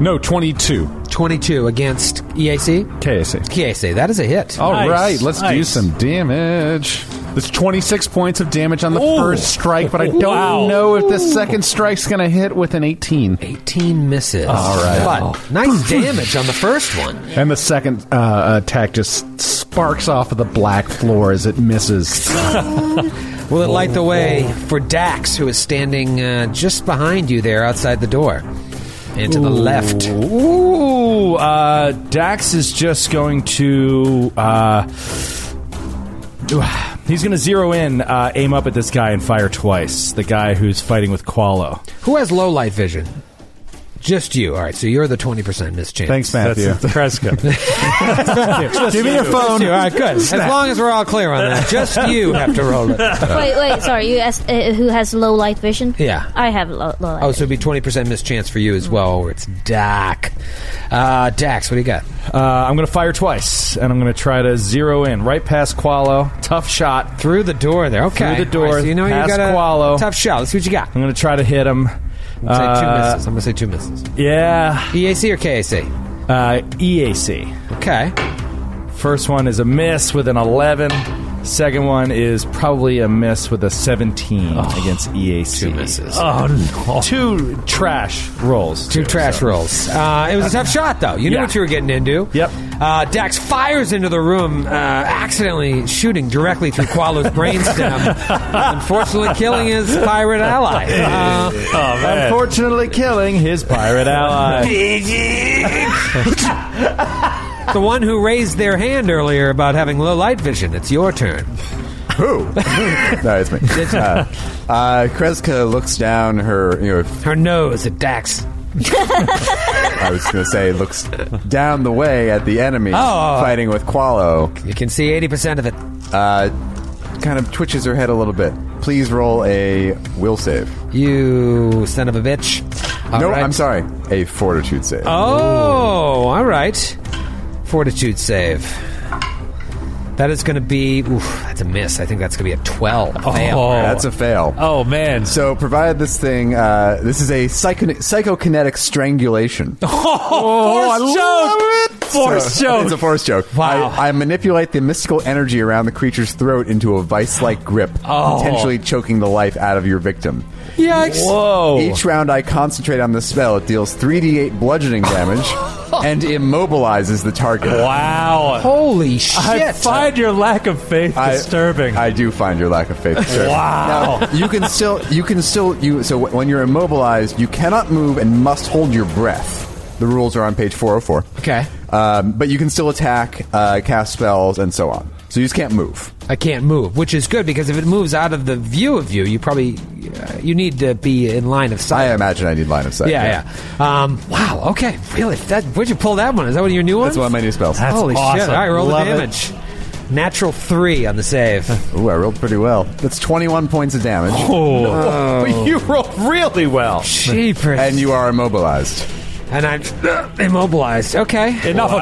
H: No, 22.
C: 22 against EAC?
H: KAC.
C: KAC. That is a hit.
H: All right, let's do some damage. There's 26 points of damage on the
C: Ooh.
H: first strike, but I don't
C: Wow.
H: know if the second strike's going to hit with an 18.
C: 18 misses.
H: All right.
C: But nice damage on the first one.
H: And the second uh, attack just sparks off of the black floor as it misses.
C: Will it light the way for Dax, who is standing uh, just behind you there outside the door and to the left?
J: Ooh, uh, Dax is just going to. Uh, He's going to zero in, uh, aim up at this guy, and fire twice. The guy who's fighting with Qualo.
C: Who has low light vision? Just you. All right, so you're the 20% mischance.
J: Thanks, Matthew. That's-
C: Kreska.
J: Give me your phone.
C: All right, good. As
J: Snap.
C: long as we're all clear on that, just you have to roll it.
D: wait, wait, sorry. You asked uh, who has low light vision?
C: Yeah.
D: I have low, low light.
C: Oh, so it'd be 20% mischance for you as well, or it's Dak. Uh, Dax, what do you got?
J: Uh, I'm going to fire twice, and I'm going to try to zero in right past Qualo. Tough shot
C: through the door there. Okay.
J: through the door.
C: All right, so you know you
J: past
C: got a
J: Qualo. Uh,
C: tough shot. Let's see what you got.
J: I'm going to try to hit him.
C: I'm gonna say two misses. I'm gonna say two misses.
J: Yeah.
C: EAC or KAC?
J: Uh, EAC.
C: Okay.
J: First one is a miss with an 11. Second one is probably a miss with a 17 against E EAC. Two misses.
C: Oh,
J: no. Two trash rolls.
C: Two trash rolls. Uh, it was a tough shot, though. You knew
J: Yeah.
C: what you were getting into. Yep. Uh, Dax fires into the room, uh, accidentally shooting directly through Qualo's brainstem, unfortunately killing his pirate ally. Uh,
J: Unfortunately, killing his pirate ally.
C: the one who raised their hand earlier about having low light vision. It's your turn.
G: Who? no, it's me. Uh, uh, Kreska looks down her, you know,
C: her nose at Dax.
G: I was going to say looks down the way at the enemy
C: Oh.
G: fighting with Qualo.
C: You can see eighty percent of it.
G: Uh, kind of twitches her head a little bit. Please roll a will save.
C: You son of a bitch.
G: no, I'm sorry, a fortitude save.
C: Oh, all right. Fortitude save. That is going to be. Oof, that's a miss. I think that's going to be a 12.
G: Oh.
C: Fail.
G: That's a fail.
F: Oh man!
G: So provided this thing, uh, this is a psycho- psychokinetic strangulation.
F: Oh,
G: So, It's a force joke. Wow. I, I manipulate the mystical energy around the creature's throat into a vice-like grip,
F: Oh.
G: potentially choking the life out of your victim.
C: Yikes!
F: Oh.
J: Whoa!
G: Each round I concentrate on the spell, it deals 3d8 bludgeoning damage and immobilizes the target.
F: Wow.
C: Holy shit.
F: I find your lack of faith
G: I-
F: disturbing.
G: I do find your lack of faith. disturbing.
F: Wow.
G: Now, you can still, you can still, you. So wh- when you're immobilized, you cannot move and must hold your breath. The rules are on page 404.
C: Okay.
G: Um, but you can still attack, uh, cast spells, and so on. So you just can't move.
C: I can't move, which is good because if it moves out of the view of you, you probably uh, you need to be in line of sight.
G: I imagine I need line of sight.
C: yeah, yeah. Um, wow. Okay. Really? That, where'd you pull that one? Is that one of your new ones?
G: That's one of my new spells.
C: Holy shit! All right, roll the damage. Natural three on the save.
G: Ooh, I rolled pretty well. That's 21 points of damage.
C: Oh.
J: But you rolled really well.
C: Jeepers.
G: And you are immobilized.
C: And I'm uh, immobilized. Okay.
F: Enough
J: Wow.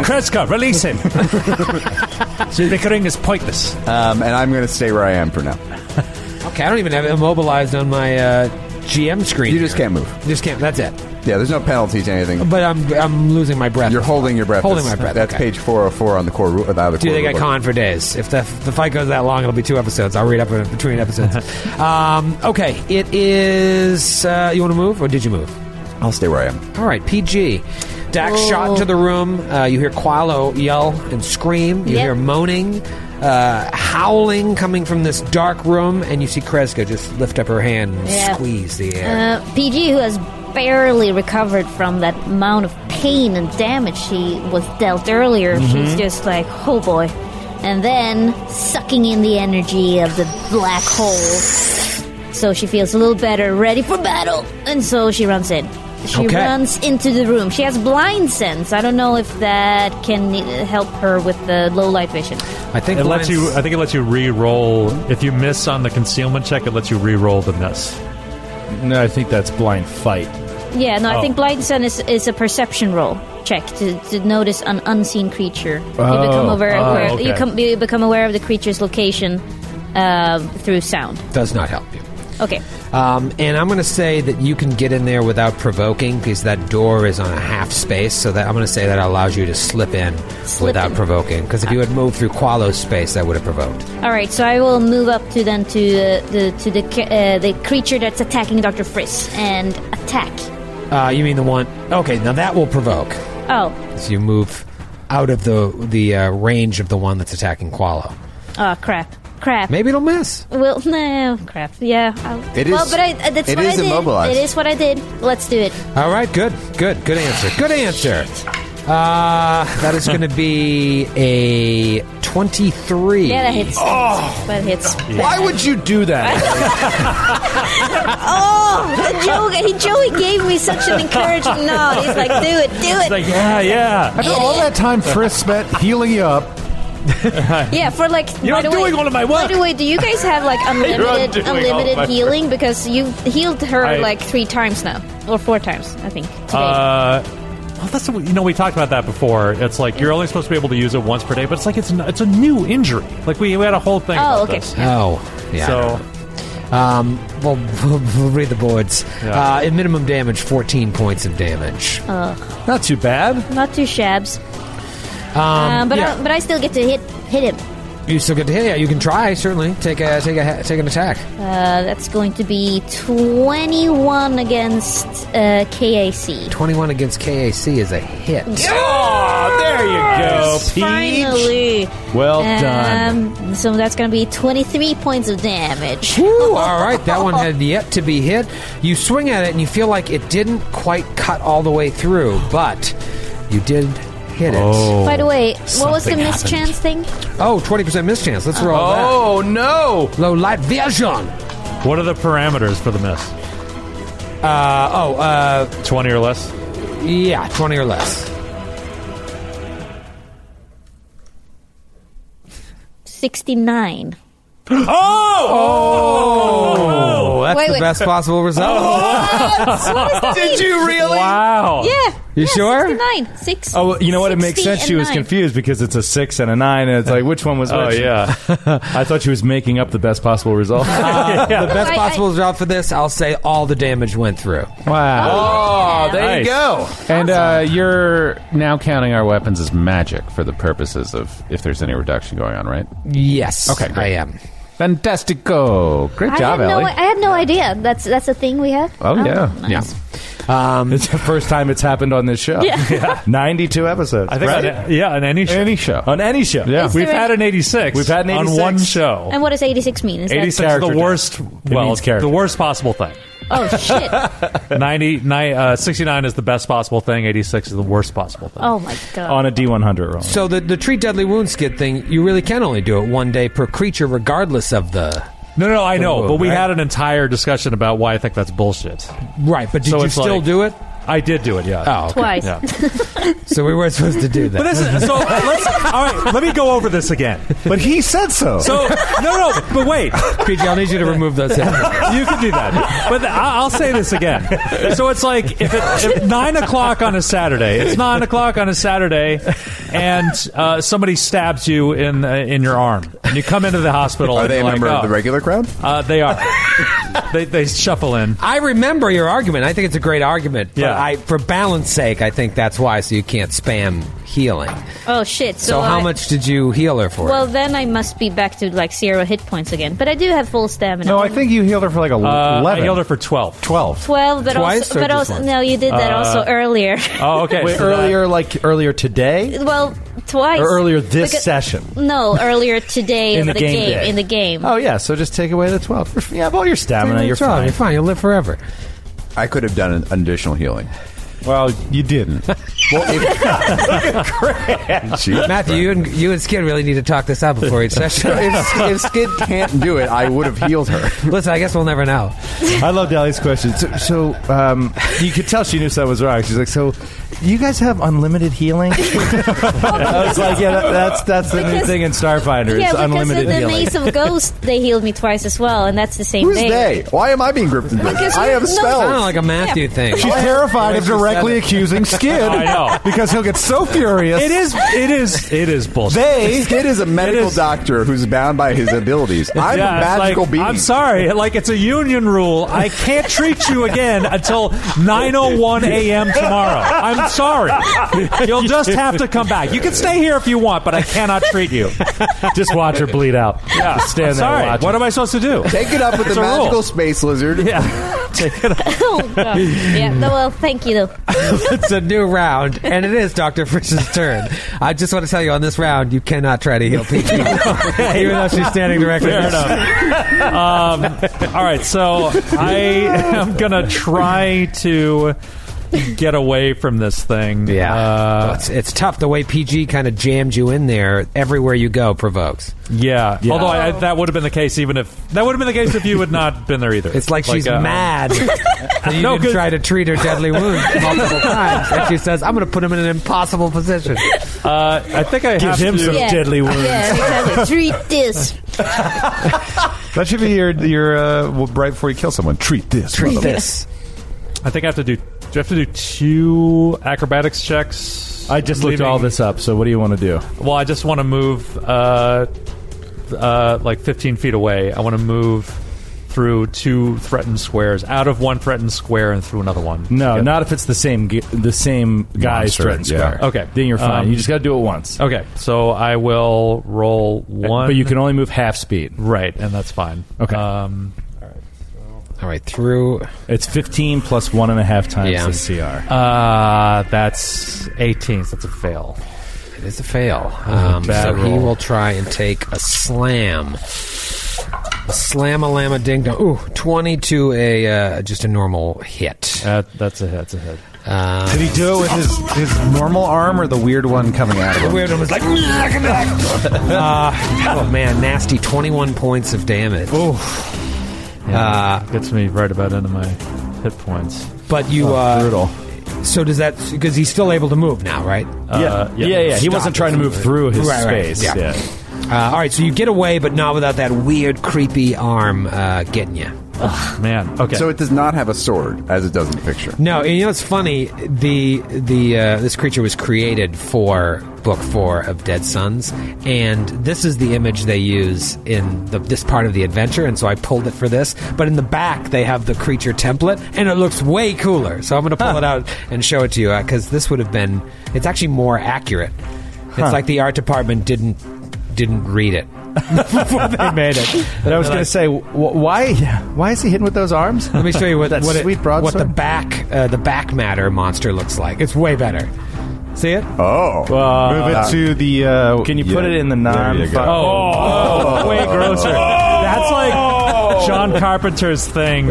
F: of this. Kreska, release him. His bickering is pointless.
G: Um, and I'm going to stay where I am for now.
C: Okay. I don't even have immobilized on my uh, GM screen.
G: You just
C: here.
G: can't move.
C: Just can't. That's it.
G: Yeah, there's no penalty to anything.
C: But I'm I'm losing my breath.
G: You're holding your breath.
C: Holding
G: That's-
C: my breath,
G: That's
C: okay.
G: page 404 on the core rule. The other
C: Do
G: core
C: they got
G: rulebook.
C: con for days? If the the fight goes that long, it'll be two episodes. I'll read up in between episodes. um, okay. It is. Uh, you want to move or did you move?
G: I'll stay where I am.
C: All right, PG. Dax
D: Oh.
C: shot into the room. Uh, you hear Qualo yell and scream. You
D: Yep.
C: hear moaning, uh, howling coming from this dark room, and you see Kreska just lift up her hand and
D: Yeah.
C: squeeze the air.
D: Uh, PG, who has barely recovered from that amount of pain and damage she was dealt earlier, she's just like, oh boy. And then sucking in the energy of the black hole. So she feels a little better, ready for battle. And so she runs in. She
C: Okay.
D: runs into the room. She has blind sense. I don't know if that can uh, help her with the low light vision.
C: I think
F: It
C: Lance-
F: lets you. I think it lets you re-roll. If you miss on the concealment check, it lets you re-roll the miss.
J: No, I think that's blind fight.
D: Yeah, no,
F: Oh.
D: I think blind sun is, is a perception roll check to, to notice an unseen creature.
J: Oh,
D: you become aware,
F: oh,
D: aware
F: okay.
D: you, come, you become aware of the creature's location uh, through sound.
C: Does not help you.
D: Okay.
C: Um, and I'm going to say that you can get in there without provoking because that door is on a half space. So that I'm going to say that allows you to slip in
D: Slip
C: without
D: in.
C: provoking. Because if you had moved through Qualo's space, that would have provoked.
D: All right, so I will move up to then to uh, the to the ca- uh, the creature that's attacking Doctor Friss and attack.
C: Uh, you mean the one? Okay, now that will provoke.
D: Oh,
C: So you move out of the the uh, range of the one that's attacking Qualo.
D: oh crap, crap.
C: Maybe it'll miss.
D: Well, no, crap. Yeah. I'll,
G: It
D: well,
G: is-
D: but I, uh, that's
G: it
D: what
G: is
D: I did.
G: immobilized.
D: It is what I did. Let's do it.
C: All right, good, good, good answer, good answer. Uh, that is going to be a 23.
D: Yeah, that hits.
G: Oh.
D: That hits.
J: Why would you do that?
D: Oh, the joke! He, Joey gave me such an encouraging nod. He's like, "Do it, do it."
F: Like, yeah, yeah.
H: After all that time, Frisk spent healing you up.
D: yeah, for like.
F: You're
D: by
F: not
D: the
F: doing
D: way,
F: all of my
D: By the way, do you guys have like unlimited
F: doing all my
D: unlimited healing? Because you've healed her
F: I-
D: like three times now, or four times, I think. Today.
F: Uh, well, that's you know we talked about that before. It's like you're only supposed to be able to use it once per day, but it's like it's n- it's a new injury. Like we, we had a whole thing.
D: Oh,
F: about
D: okay.
F: This.
C: Oh, yeah.
F: So
C: Um, well, we'll, we'll read the boards.
F: Yeah.
C: Uh, in minimum damage, 14 points of damage.
J: Not too bad.
D: Not too shabs,
C: Um,
D: um, but
C: yeah,
D: I, but I still get to hit hit him.
C: you still get to hit. Yeah, you can try, certainly. Take a take a ha- take an attack.
D: Uh, that's going to be twenty one against uh, KAC.
C: 21 against KAC is a hit.
J: Oh, there you go, Peach.
D: Finally,
J: Well done.
D: um, so that's going to be twenty three points of damage.
C: Woo, all right, that one had yet to be hit. You swing at it and you feel like it didn't quite cut all the way through, but you did hit it. Oh,
D: By the way, what was the
H: something
D: mischance chance thing?
C: 20% mischance. Let's roll
J: Oh no!
C: that. Low light vision.
F: what are the parameters for the miss?
C: Uh, oh, uh,
F: Twenty or less.
C: yeah, 20 or less.
D: Sixty nine.
C: Oh, that's
D: Wait,
C: the
D: wait. Oh,
C: best possible result.
J: Did you really?
F: Wow.
D: Yeah.
C: You
D: yeah,
C: sure?
D: 69. Six.
J: Oh, well, you know what? It
D: 60
J: makes sense.
D: and
J: She was
D: nine.
J: confused because it's a six and a nine, and it's like which one was?
F: Oh
J: which?
F: yeah.
J: I thought she was making up the best possible result.
C: The best
D: I- I-
C: possible result for this, I'll say all the damage went through.
H: Wow.
J: oh, there
F: Nice.
J: you go.
H: And uh, you're now counting our weapons as magic for the purposes of if there's any reduction going on, right?
C: Yes.
H: Okay, great.
C: I am.
H: Fantastico. Great
D: I
H: job,
D: had no,
H: Ellie.
D: I had no idea. That's that's a thing we have.
H: oh, yeah.
C: Yeah. Um,
J: It's the first time it's happened on this show. Ninety-two episodes.
F: I think
J: right?
F: on, yeah, on any show. Uh,
H: Any show.
J: on any show.
D: Is
F: We've
D: there
F: had
D: a-
F: an 86.
J: We've had an
F: on
J: 86.
F: one show.
D: And what does 86 mean? Is
J: 86
D: that,
F: That's the
J: Character
F: worst.
J: It
F: Well,
J: means character
F: the worst possible thing.
D: oh, shit.
F: 90, ni- uh, 69 is the best possible thing. 86 is the worst possible thing.
D: Oh, my God.
J: On a D one hundred roll.
C: So the, the treat deadly wound skid thing, you really can only do it one day per creature, regardless of the.
F: No, no, no, I know,
J: Oh,
C: Ooh,
F: but we
C: right.
F: had an entire discussion about why I think that's bullshit.
C: Right, but did
F: So
C: you
F: it's
C: still
F: like-
C: do it?
F: I did do it, yeah.
C: Oh, okay.
D: Twice.
F: Yeah.
C: so we weren't supposed to do that.
F: But listen, so let's, all right, let me go over this again.
H: But he said so.
F: So, no, no, but wait.
C: PG, I'll need you to remove those. headphones.
F: You can do that. But th- I- I'll say this again. So it's like if, it, if nine o'clock on a Saturday, it's nine o'clock on a Saturday, and uh, somebody stabs you in uh, in your arm, and you come into the hospital.
G: Are
F: and
G: they a
F: you're
G: member
F: like,
G: of
F: "Oh."
G: the regular crowd?
F: Uh, they are. they they shuffle in.
C: I remember your argument. I think it's a great argument. But
F: Yeah.
C: I, for balance sake, I think that's why, so you can't spam healing.
D: Oh, shit. So,
C: So, how
D: I-
C: much did you heal her for?
D: Well, then I must be back to, like, zero hit points again. But I do have full stamina.
H: no, I think you healed her for like a
F: Uh, I
H: 11.
F: healed her for twelve.
H: 12.
D: 12, but
C: Twice
D: also.
C: or
D: But
C: just
D: also
C: once?
D: No, you did that also earlier.
F: Oh, okay.
J: Wait,
F: so that-
J: earlier, like earlier today,
D: well, twice.
J: or earlier this
D: Because-
J: session.
D: No, earlier today
J: In
D: of
J: the game day.
D: In the game.
J: Oh yeah, so just take away the twelve. You have all your stamina. You're
C: It's wrong.
J: fine.
C: You're fine. You'll live forever.
G: I could have done an additional healing.
H: Well, you didn't.
G: Jeez.
C: Matthew, you and you and Skid really need to talk this out before each session.
G: if, if Skid can't do it, I would have healed her.
C: Listen, I guess we'll never know.
J: I loved Ellie's question. So, so um, you could tell she knew something was wrong. She's like, "So, you guys have unlimited healing?" I was like, "Yeah, that, that's that's the new
D: Because-
J: thing in Starfinder is
D: yeah, because in
J: unlimited
D: the
J: healing."
D: Maze of Ghosts, they healed me twice as well, and that's the same
G: Who's
D: day.
G: they? Why am I being grouped into this?
D: Because
G: I
D: you-
G: have
D: no,
G: spells.
C: Kind of like a Matthew thing.
H: She's terrified of directly accusing Skid.
F: I know.
H: Because he'll get so furious.
F: It is. It is. It is bullshit.
H: They.
G: Skid is a medical
F: is-
G: doctor who's bound by his abilities. I'm
F: Yeah,
G: a
F: it's
G: magical
F: like,
G: being.
F: I'm sorry. Like it's a union rule. I can't treat you again until 9:01 a.m. tomorrow. I'm sorry. You'll just have to come back. You can stay here if you want, but I cannot treat you.
J: Just watch her bleed out. Yeah, Just stand
F: I'm
J: there.
F: sorry.
J: And watch
F: What am I supposed to do?
G: Take it up with
F: It's
G: the
F: a rule.
G: magical space lizard.
F: Yeah. Take it off.
D: Oh, God. Yeah, no, well, thank you, though.
C: it's a new round, and it is Dr. Frisch's turn. I just want to tell you on this round, you cannot try to heal Peachy. even though she's standing directly
F: Fair enough. Um, all right, so I am gonna try to get away from this thing. Uh,
C: Yeah. it's, it's tough. The way PG kind of jammed you in there, everywhere you go provokes.
F: Yeah. Although I, I, that would have been the case even if that would have been the case if you had not been there either.
C: It's like, she's
F: uh,
C: mad that you
F: No,
C: didn't
F: 'cause-
C: try to treat her deadly wound multiple times. And she says, I'm going to put him in an impossible position.
F: Uh, I think I
C: Give
F: have
C: him
F: to-
C: some
D: Yeah. Yeah, exactly. Treat this.
H: That should be your your uh, w- right before you kill someone. Treat this. motherfucker.
F: I think I have to do. Do you have to do two acrobatics checks?
J: I just looked
F: Leaving-
J: all this up. So what do you want to do?
F: Well, I just want to move, uh, uh, like 15 feet away. I want to move through two threatened squares, out of one threatened square and through another one.
J: No, not if it's the same g- the same guy's
F: Monster,
J: threatened
F: yeah.
J: square.
F: Okay.
J: then you're fine.
F: Um,
J: you just got to do it once.
F: Okay, so I will roll one.
J: But you can only move half speed.
F: Right, and that's fine.
J: Okay.
F: Um,
C: all right, through.
J: It's 15 plus one and a half times
F: Yeah.
J: the CR.
F: Uh, that's 18. So that's a fail.
C: It is a fail. Um,
F: Oh, bad
C: so he
F: roll.
C: will try and take a slam. A slam a lama ding dong. Ooh, 20 to a uh, just a normal hit.
F: Uh, that's a hit. That's a hit.
C: Uh,
H: Did he do it with his his normal arm or the weird one coming out of him?
C: The weird one was like, uh, oh man, nasty. 21 points of damage.
F: Yeah, gets me right about into my hit points.
C: But you.
F: Oh,
C: uh,
F: brutal.
C: So does that. Because he's still able to move now, right?
F: Uh,
J: yeah, yeah, He wasn't trying to move through his
C: Right, right,
J: space.
C: yeah. Uh, all right, so you get away, but not without that weird, creepy arm uh, getting you.
F: man. Okay.
G: So it does not have a sword, as it does in the picture.
C: No, and you know it's funny. The the uh, this creature was created for book four of Dead Sons, and this is the image they use in the, this part of the adventure. And so I pulled it for this. But in the back, they have the creature template, and it looks way cooler. So I'm going to pull it out and show it to you because this would have been. It's actually more accurate.
J: Huh.
C: It's like the art department didn't didn't read it.
J: before they made it. But I was going to say, wh- why? Why is he hitting with those arms?
C: Let me show you what
J: that
C: what, it-
J: sweet
C: what
J: broadsword.
C: the back uh, the back matter monster looks like. It's way better. See it?
G: Oh,
H: Move it to the. Uh,
J: Can you
H: yeah.
J: put it in the
H: There
J: non?
H: you go.
F: Oh, way grosser. That's like John Carpenter's thing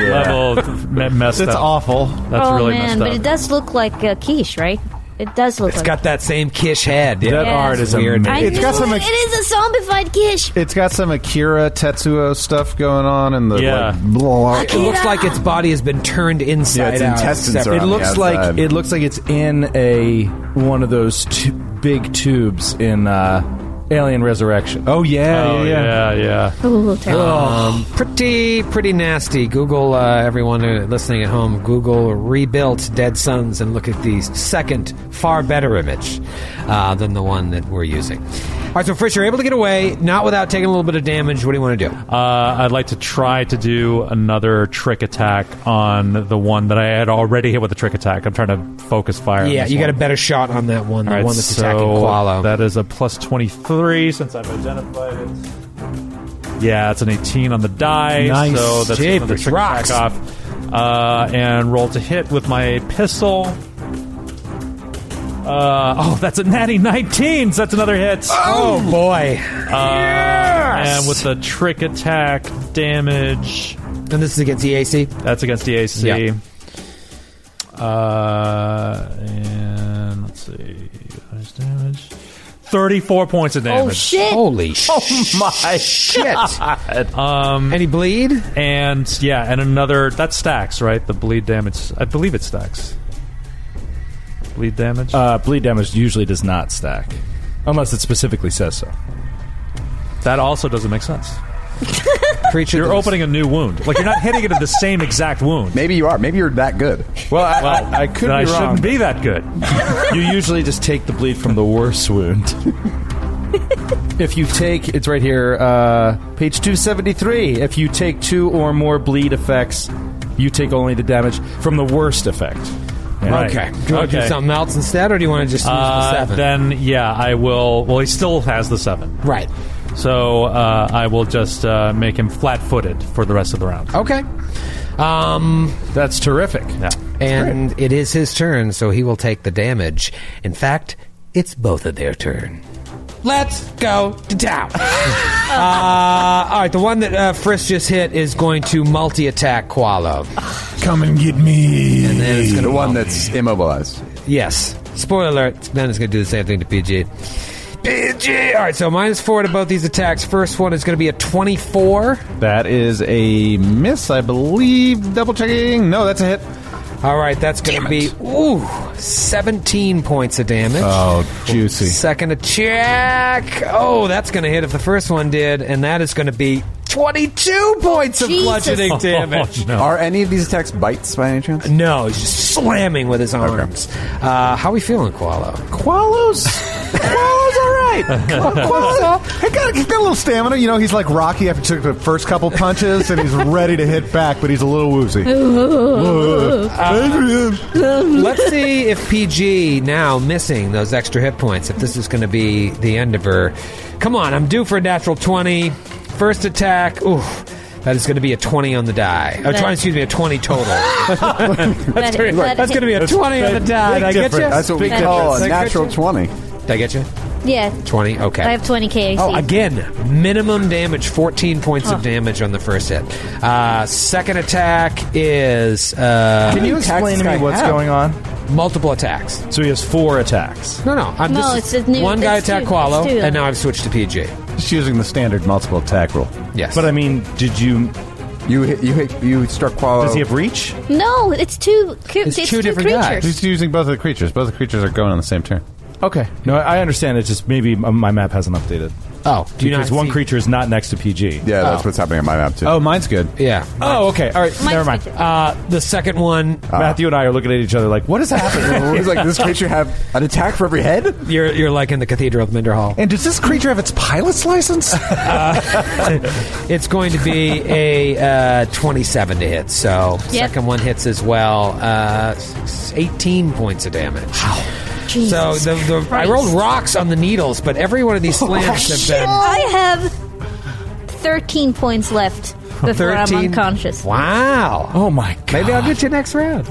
F: level me- messed
H: It's
F: up.
H: awful.
F: That's
D: oh
F: really
D: man,
F: messed up.
D: but it does look like a quiche, right? It does look
C: It's
D: like
C: got that same Kish head.
H: That
D: Yeah. art
H: is
C: weird.
D: I
H: It's
D: knew
H: got some
D: it.
H: ex-
D: it is a zombified quiche.
H: It's got some Akira Tetsuo stuff going on, and the
F: Yeah.
H: like, blah.
C: It looks like its body has been turned inside
G: Yeah, its
C: out.
G: intestines
C: Separate-
G: are
J: It
G: on the
J: looks like
G: outside.
J: it looks like it's in a one of those tu- big tubes in uh, Alien Resurrection.
H: Oh yeah, yeah,
F: Oh,
H: yeah.
F: yeah, yeah.
D: Ooh, terrible.
C: Um, pretty, pretty nasty. Google uh, everyone uh, listening at home. Google rebuilt Dead Sons and look at the second, far better image uh, than the one that we're using. All right, so Frisch, you're able to get away, not without taking a little bit of damage. What do you want to do?
F: Uh, I'd like to try to do another trick attack on the one that I had already hit with a trick attack. I'm trying to focus fire. on
C: yeah,
F: this
C: you got a
F: one.
C: better shot on that one, the
F: All right,
C: one that's
F: so
C: attacking Qualo.
F: That is a plus 23 since I've identified it. Yeah, it's an 18 on the die.
J: Nice.
F: So that's
C: Jeepers,
F: another trick
C: rocks.
F: attack off. Uh, and roll to hit with my pistol. Uh, oh, that's a natty 19. So that's another hit.
C: oh boy!
F: And with the trick attack damage,
C: and this is against E EAC.
F: that's against DAC.
C: Yeah.
F: Uh, and let's see, what is damage? Thirty-four points of
D: Oh
F: damage.
D: shit!
C: Holy oh
J: my shit!
F: um,
C: Any bleed?
F: and yeah, and another that stacks right. The bleed damage, I believe it stacks. Bleed damage.
J: Uh, bleed damage usually does not stack, unless it specifically says so.
F: that also doesn't make sense.
C: Creature.
F: You're
C: that was-
F: opening a new wound. Like you're not hitting it at the same exact wound.
G: Maybe you are. Maybe you're that good.
J: Well, I,
F: Well,
J: I, I could
F: then I
J: be wrong.
F: shouldn't be that good.
J: You usually just take the bleed from the worst wound. if you take, it's right here, uh, page 273. If you take two or more bleed effects, you take only the damage from the worst effect.
F: Right.
C: Okay. Do you want to do
F: Okay.
C: something else instead, or do you want to just use
F: Uh,
C: the seven?
F: Then yeah, I will. Well, he still has the seven,
C: right.
F: so uh, I will just uh, make him flat-footed for the rest of the round.
C: Okay. Um,
J: That's terrific.
F: Yeah.
C: and it is his turn, so he will take the damage. In fact, it's both of their turn. Let's go to town. uh, all right, the one that uh, Frisk just hit is going to multi attack Qualo.
K: Come and get me.
C: And then it's going to
G: The one that's immobilized.
C: Yes. Spoiler alert. Then it's going to do the same thing to PG. PG! All right, so minus four to both these attacks. First one is going to be a 24.
H: That is a miss, I believe. Double checking. No, that's a hit.
C: All right, that's going to be, ooh, 17 points of damage.
H: Oh, juicy.
C: Second attack. Oh, that's going to hit if the first one did, and that is going to be 22 points of
D: Jesus.
H: Oh,
C: bludgeoning damage.
F: Oh.
G: Are any of these attacks bites by any chance?
C: No, he's just slamming with his arms. Uh, how are we feeling, Koalo?
H: Qualo's. Qualo's all right. Qualo's all. He got, he's got a little stamina. You know, he's like Rocky after he took the first couple punches, and he's ready to hit back, but he's a little woozy. uh,
C: Let's see if PG now missing those extra hit points. If this is going to be the end of her, come on! I'm due for a natural twenty. First attack. Ooh, that is going to be a twenty on the die. Oh,
D: That-
C: 20, excuse me, a twenty total. that's gonna-
D: That- that
C: that's
D: hit-
C: going to be a twenty on the die. Did I get you?
G: That's what we
D: Big
G: call
D: difference.
G: a natural 20.
C: Did I get you?
D: Yeah,
C: Twenty. Okay.
D: I have 20k AC.
C: Oh, again, minimum damage, 14 points of damage on the first hit. Uh, second attack is uh,
J: Can you
G: attacks
J: explain to
G: this
J: me
G: guy
J: what's
G: have?
J: going on?
C: multiple attacks.
J: So he has four attacks.
C: No, no. I'm
D: No,
C: just,
D: it's just new-
C: one guy
D: it's two-
C: attacked Qualo,
D: it's two.
C: and now I've switched to PG.
H: Just using the standard multiple attack rule.
C: Yes.
J: But I mean, did you?
G: You hit, you hit, you struck Qualo.
J: Does he have reach?
D: No, it's two. cu-
C: It's
D: It's,
C: two
D: two,
C: different guys.
D: creatures.
H: He's using both of the creatures. Both of the creatures are going on the same turn.
J: Okay. No, I I understand. It's just maybe m- my map hasn't updated.
C: oh, do you not
J: because one
C: see-
J: creature is not next to PG.
G: yeah, that's what's happening on my map, too.
H: Oh, mine's good.
C: Yeah.
J: Oh, okay. All right.
D: Mine's
J: Never mind.
D: creature.
C: Uh, the second one,
J: Uh, Matthew and I are looking at each other like, what is happening?
G: He's like, this creature have an attack for every head?
C: you're you're like in the Cathedral of Minderhall.
H: And does this creature have its pilot's license?
C: It's going to be a uh, 27 to hit. So
D: Yep.
C: second one hits as well. Uh, s- 18 points of damage. So
D: Jesus
C: the, the I
D: Christ.
C: rolled rocks on the needles, but every one of these slams have been
D: I have 13 points left before
C: 13.
D: I'm unconscious.
C: Wow.
J: oh my god.
C: Maybe I'll get you next round.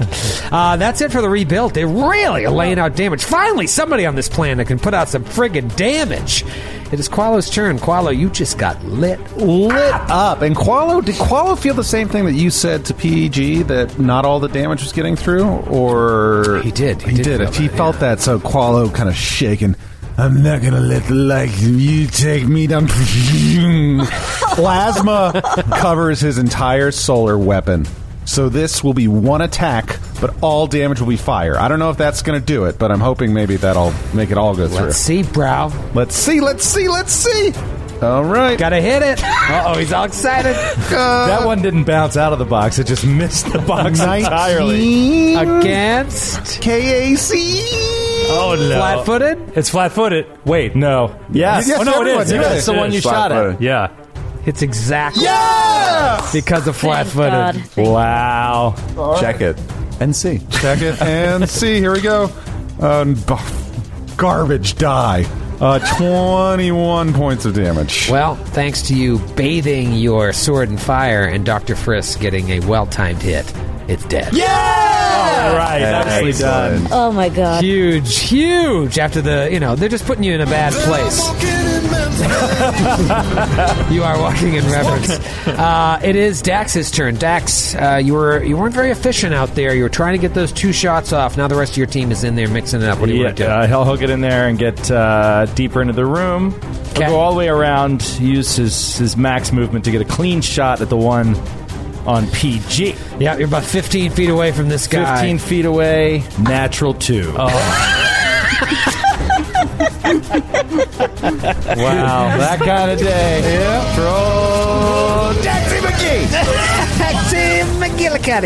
C: Uh, that's it for the rebuild. They really are laying out damage. Finally, somebody on this planet can put out some friggin' damage. It is Qualo's turn. Qualo, you just got lit.
H: Lit up. And Qualo, did Qualo feel the same thing that you said to PEG that not all the damage was getting through? Or.
C: He did. He
H: He,
C: did
H: did.
C: feel
H: it. He
C: that,
H: felt that, so Qualo kind of shaking.
K: I'm not gonna let the like you take me down.
H: Plasma covers his entire solar weapon. So this will be one attack, but all damage will be fire. I don't know if that's going to do it, but I'm hoping maybe that'll make it all go through.
C: Let's see, brow.
H: Let's see, let's see, let's see. All right.
C: Gotta hit it. Uh oh, he's all excited.
J: That one didn't bounce out of the box. It just missed the
H: Uh,
J: box entirely.
H: 19
C: Against
H: KAC.
J: Oh no.
C: flat footed.
F: It's flat footed.
J: Wait, no. Yes.
H: Yes,
J: oh no, it
H: everyone
J: is.
H: did.
J: It's the
F: It
J: one you
F: is.
J: shot at.
G: Flat-footed.
F: Yeah.
C: It's exactly
H: Yeah!
C: because of flat
D: Thank Oh God.
C: footed.
D: Thank
J: Wow.
G: Check it and see.
H: Check it and see. Here we go. Um, b- garbage die. Uh, 21 points of damage.
C: Well, thanks to you bathing your sword in fire and Dr. Frisk getting a well timed hit, it's dead.
J: All right. Nicely done.
D: Oh my god.
C: Huge, huge. After the, you know, they're just putting you in a bad place. You are walking in reverence. Uh, it is Dax's turn. Dax, uh, you were you weren't very efficient out there. You were trying to get those two shots off. Now the rest of your team is in there mixing it up. What do you
J: Yeah,
C: want to do?
J: uh, he'll hook it in there and get uh, deeper into the room. He'll
C: Okay.
J: go all the way around, use his, his max movement to get a clean shot at the one on PG.
C: yeah, you're about 15 feet away from this guy.
J: 15 feet away, natural two.
C: Wow, that kind of day.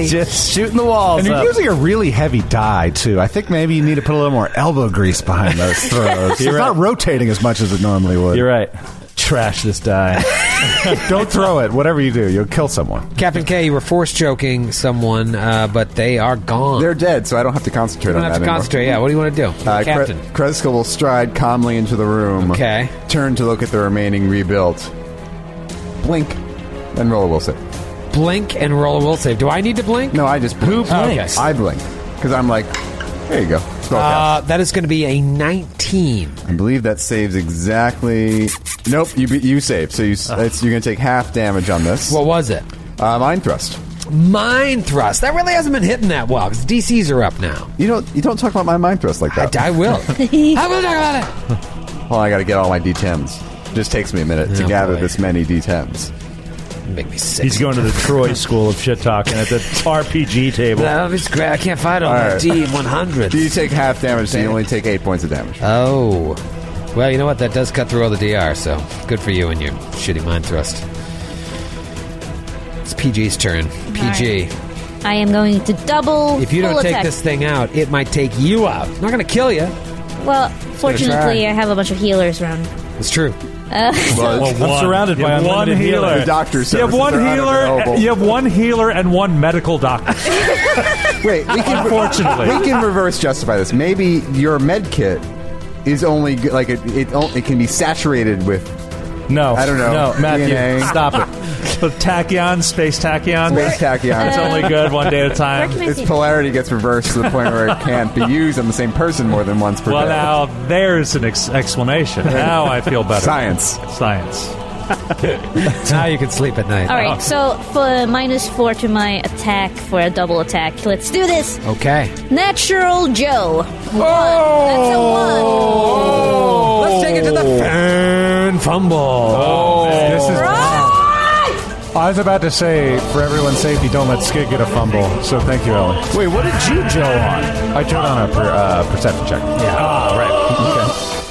J: Just shooting the walls.
H: And you're
J: up.
H: using a really heavy die, too. I think maybe you need to put a little more elbow grease behind those throws. it's not rotating as much as it normally would.
J: You're right. Trash this die.
H: Don't throw it. Whatever you do, you'll kill someone.
C: Captain K, you were force choking someone, uh, but they are gone.
G: They're dead, so I don't have to concentrate
C: you don't
G: on
C: have to
G: that anymore.
C: concentrate. Yeah, what do you want to do,
G: Uh, Cre-
C: Captain?
G: Kreska will stride calmly into the room.
C: Okay.
G: Turn to look at the remaining rebuilt. Blink. And roll a will save.
C: blink and roll a will save. Do I need to blink? Oh,
G: No, I just blink.
C: Who blinks?
G: I blink. Because I'm like, there you go.
C: Uh, that is going to be a 19.
G: I believe that saves exactly. Nope, you be- you save. So you
C: Uh.
G: s- it's, you're going to take half damage on this. What
C: was it?
G: Uh, mind thrust.
C: Mind thrust. That really hasn't been hitting that well because DCs are up now.
G: You don't you don't talk about my mind thrust like that.
C: I, I will. I will talk about it.
G: Well, I got to get all my d10s. Just takes me a minute to
C: Oh,
G: gather
C: boy.
G: this many d10s.
C: Make me sick.
L: He's going to the Troy School of Shit Talking at the RPG table.
C: No, it's great. I can't find all,
G: All
C: that
G: right.
C: D100.
G: You take half damage, so you only take eight points of damage.
C: Oh. Well, you know what? That does cut through all the DR, so good for you and your shitty mind thrust. It's PG's turn. PG.
D: I am going to double.
C: If you don't
D: full
C: take
D: attack.
C: this thing out, it might take you out. I'm not going to kill you.
D: well, fortunately,
C: try.
D: I have a bunch of healers around.
C: It's true.
D: Uh,
L: I'm surrounded by unlimited healers.
F: You have one healer. You have one healer and one medical doctor.
G: Wait, we can
F: Unfortunately.
G: we can reverse justify this. Maybe your med kit is only g- like it it, o- it can be saturated with.
J: No,
G: I don't know.
J: No, Matthew,
G: DNA.
J: stop it.
L: The tachyon, space tachyon.
G: Space tachyon.
L: It's only good one day at a time.
G: Its polarity gets reversed to the point where it can't be used on the same person more than once per
L: Well,
G: day.
L: now there's an ex- explanation. Now I feel better.
G: Science.
L: Science.
C: now you can sleep at night.
D: all right, so for minus four to my attack for a double attack. Let's do this.
C: Okay.
D: Natural Joe. One. That's a one.
C: Let's take it to
G: Oh.
C: the fan fumble. Oh,
H: this is. I was about to say, for everyone's safety, don't let Skid get a fumble. So thank you, Ellen.
J: Wait, what did you Joe on?
H: I turned on a per, uh, perception check.
J: Ah, right.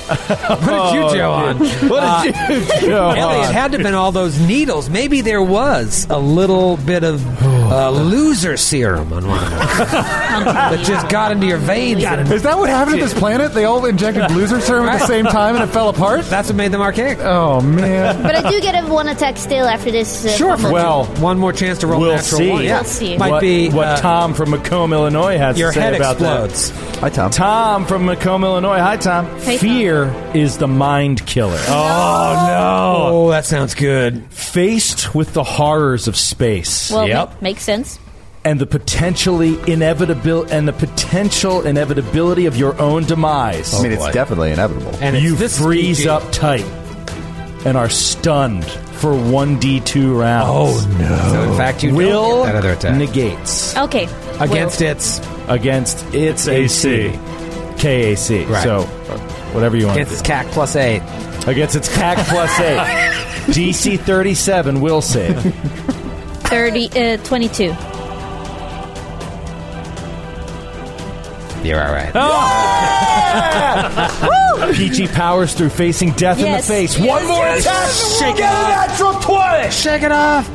C: What did you do on?
J: Oh,
C: Uh,
J: What did you do on?
C: Elliot, had to have been all those needles. Maybe there was a little bit of
J: Oh.
C: uh, loser serum on one of them that just got into your veins.
H: Is that what happened to this planet? They all injected loser serum at the same time and it fell apart?
C: That's what made them archaic.
J: Uh,
H: Oh, man.
D: But I do get a one attack still after this. Uh,
C: Sure.
D: fumble.
C: Well, one more chance to roll
J: We'll
C: natural
J: see.
C: one. Yeah.
D: We'll see.
C: Might
J: what,
C: be
J: what
C: uh,
J: Tom from Macomb, Illinois has
C: your
J: to say
C: head
J: about
C: explodes.
G: Hi, Tom.
J: that. Tom from Macomb, Illinois. Hi, Tom.
D: Hey, Tom.
J: Fear is the mind killer. Oh
C: Oh, that sounds good.
J: Faced with the horrors of space
D: Well,
C: Yep.
D: ma- makes sense.
J: and the potentially inevitable and the potential inevitability of your own demise, Oh,
G: I mean, it's definitely inevitable.
C: And it's
J: you
C: this
J: freeze
C: PG.
J: up tight and are stunned for one d two rounds. Oh
C: So in fact, you
J: Will
C: don't get that other attack
J: negates
D: Okay.
C: against
D: well,
C: its
J: against its AC, KAC.
C: Right.
J: So uh, whatever you want.
C: against its CAC plus eight.
J: Against its CAC plus eight. DC 37 will save.
D: 30, uh, 22.
C: You're all right.
J: PG powers through facing death
D: Yes.
J: in the face.
D: Yes,
J: One more
D: yes,
J: attack. Shake it off. Natural 20.
C: Shake it off.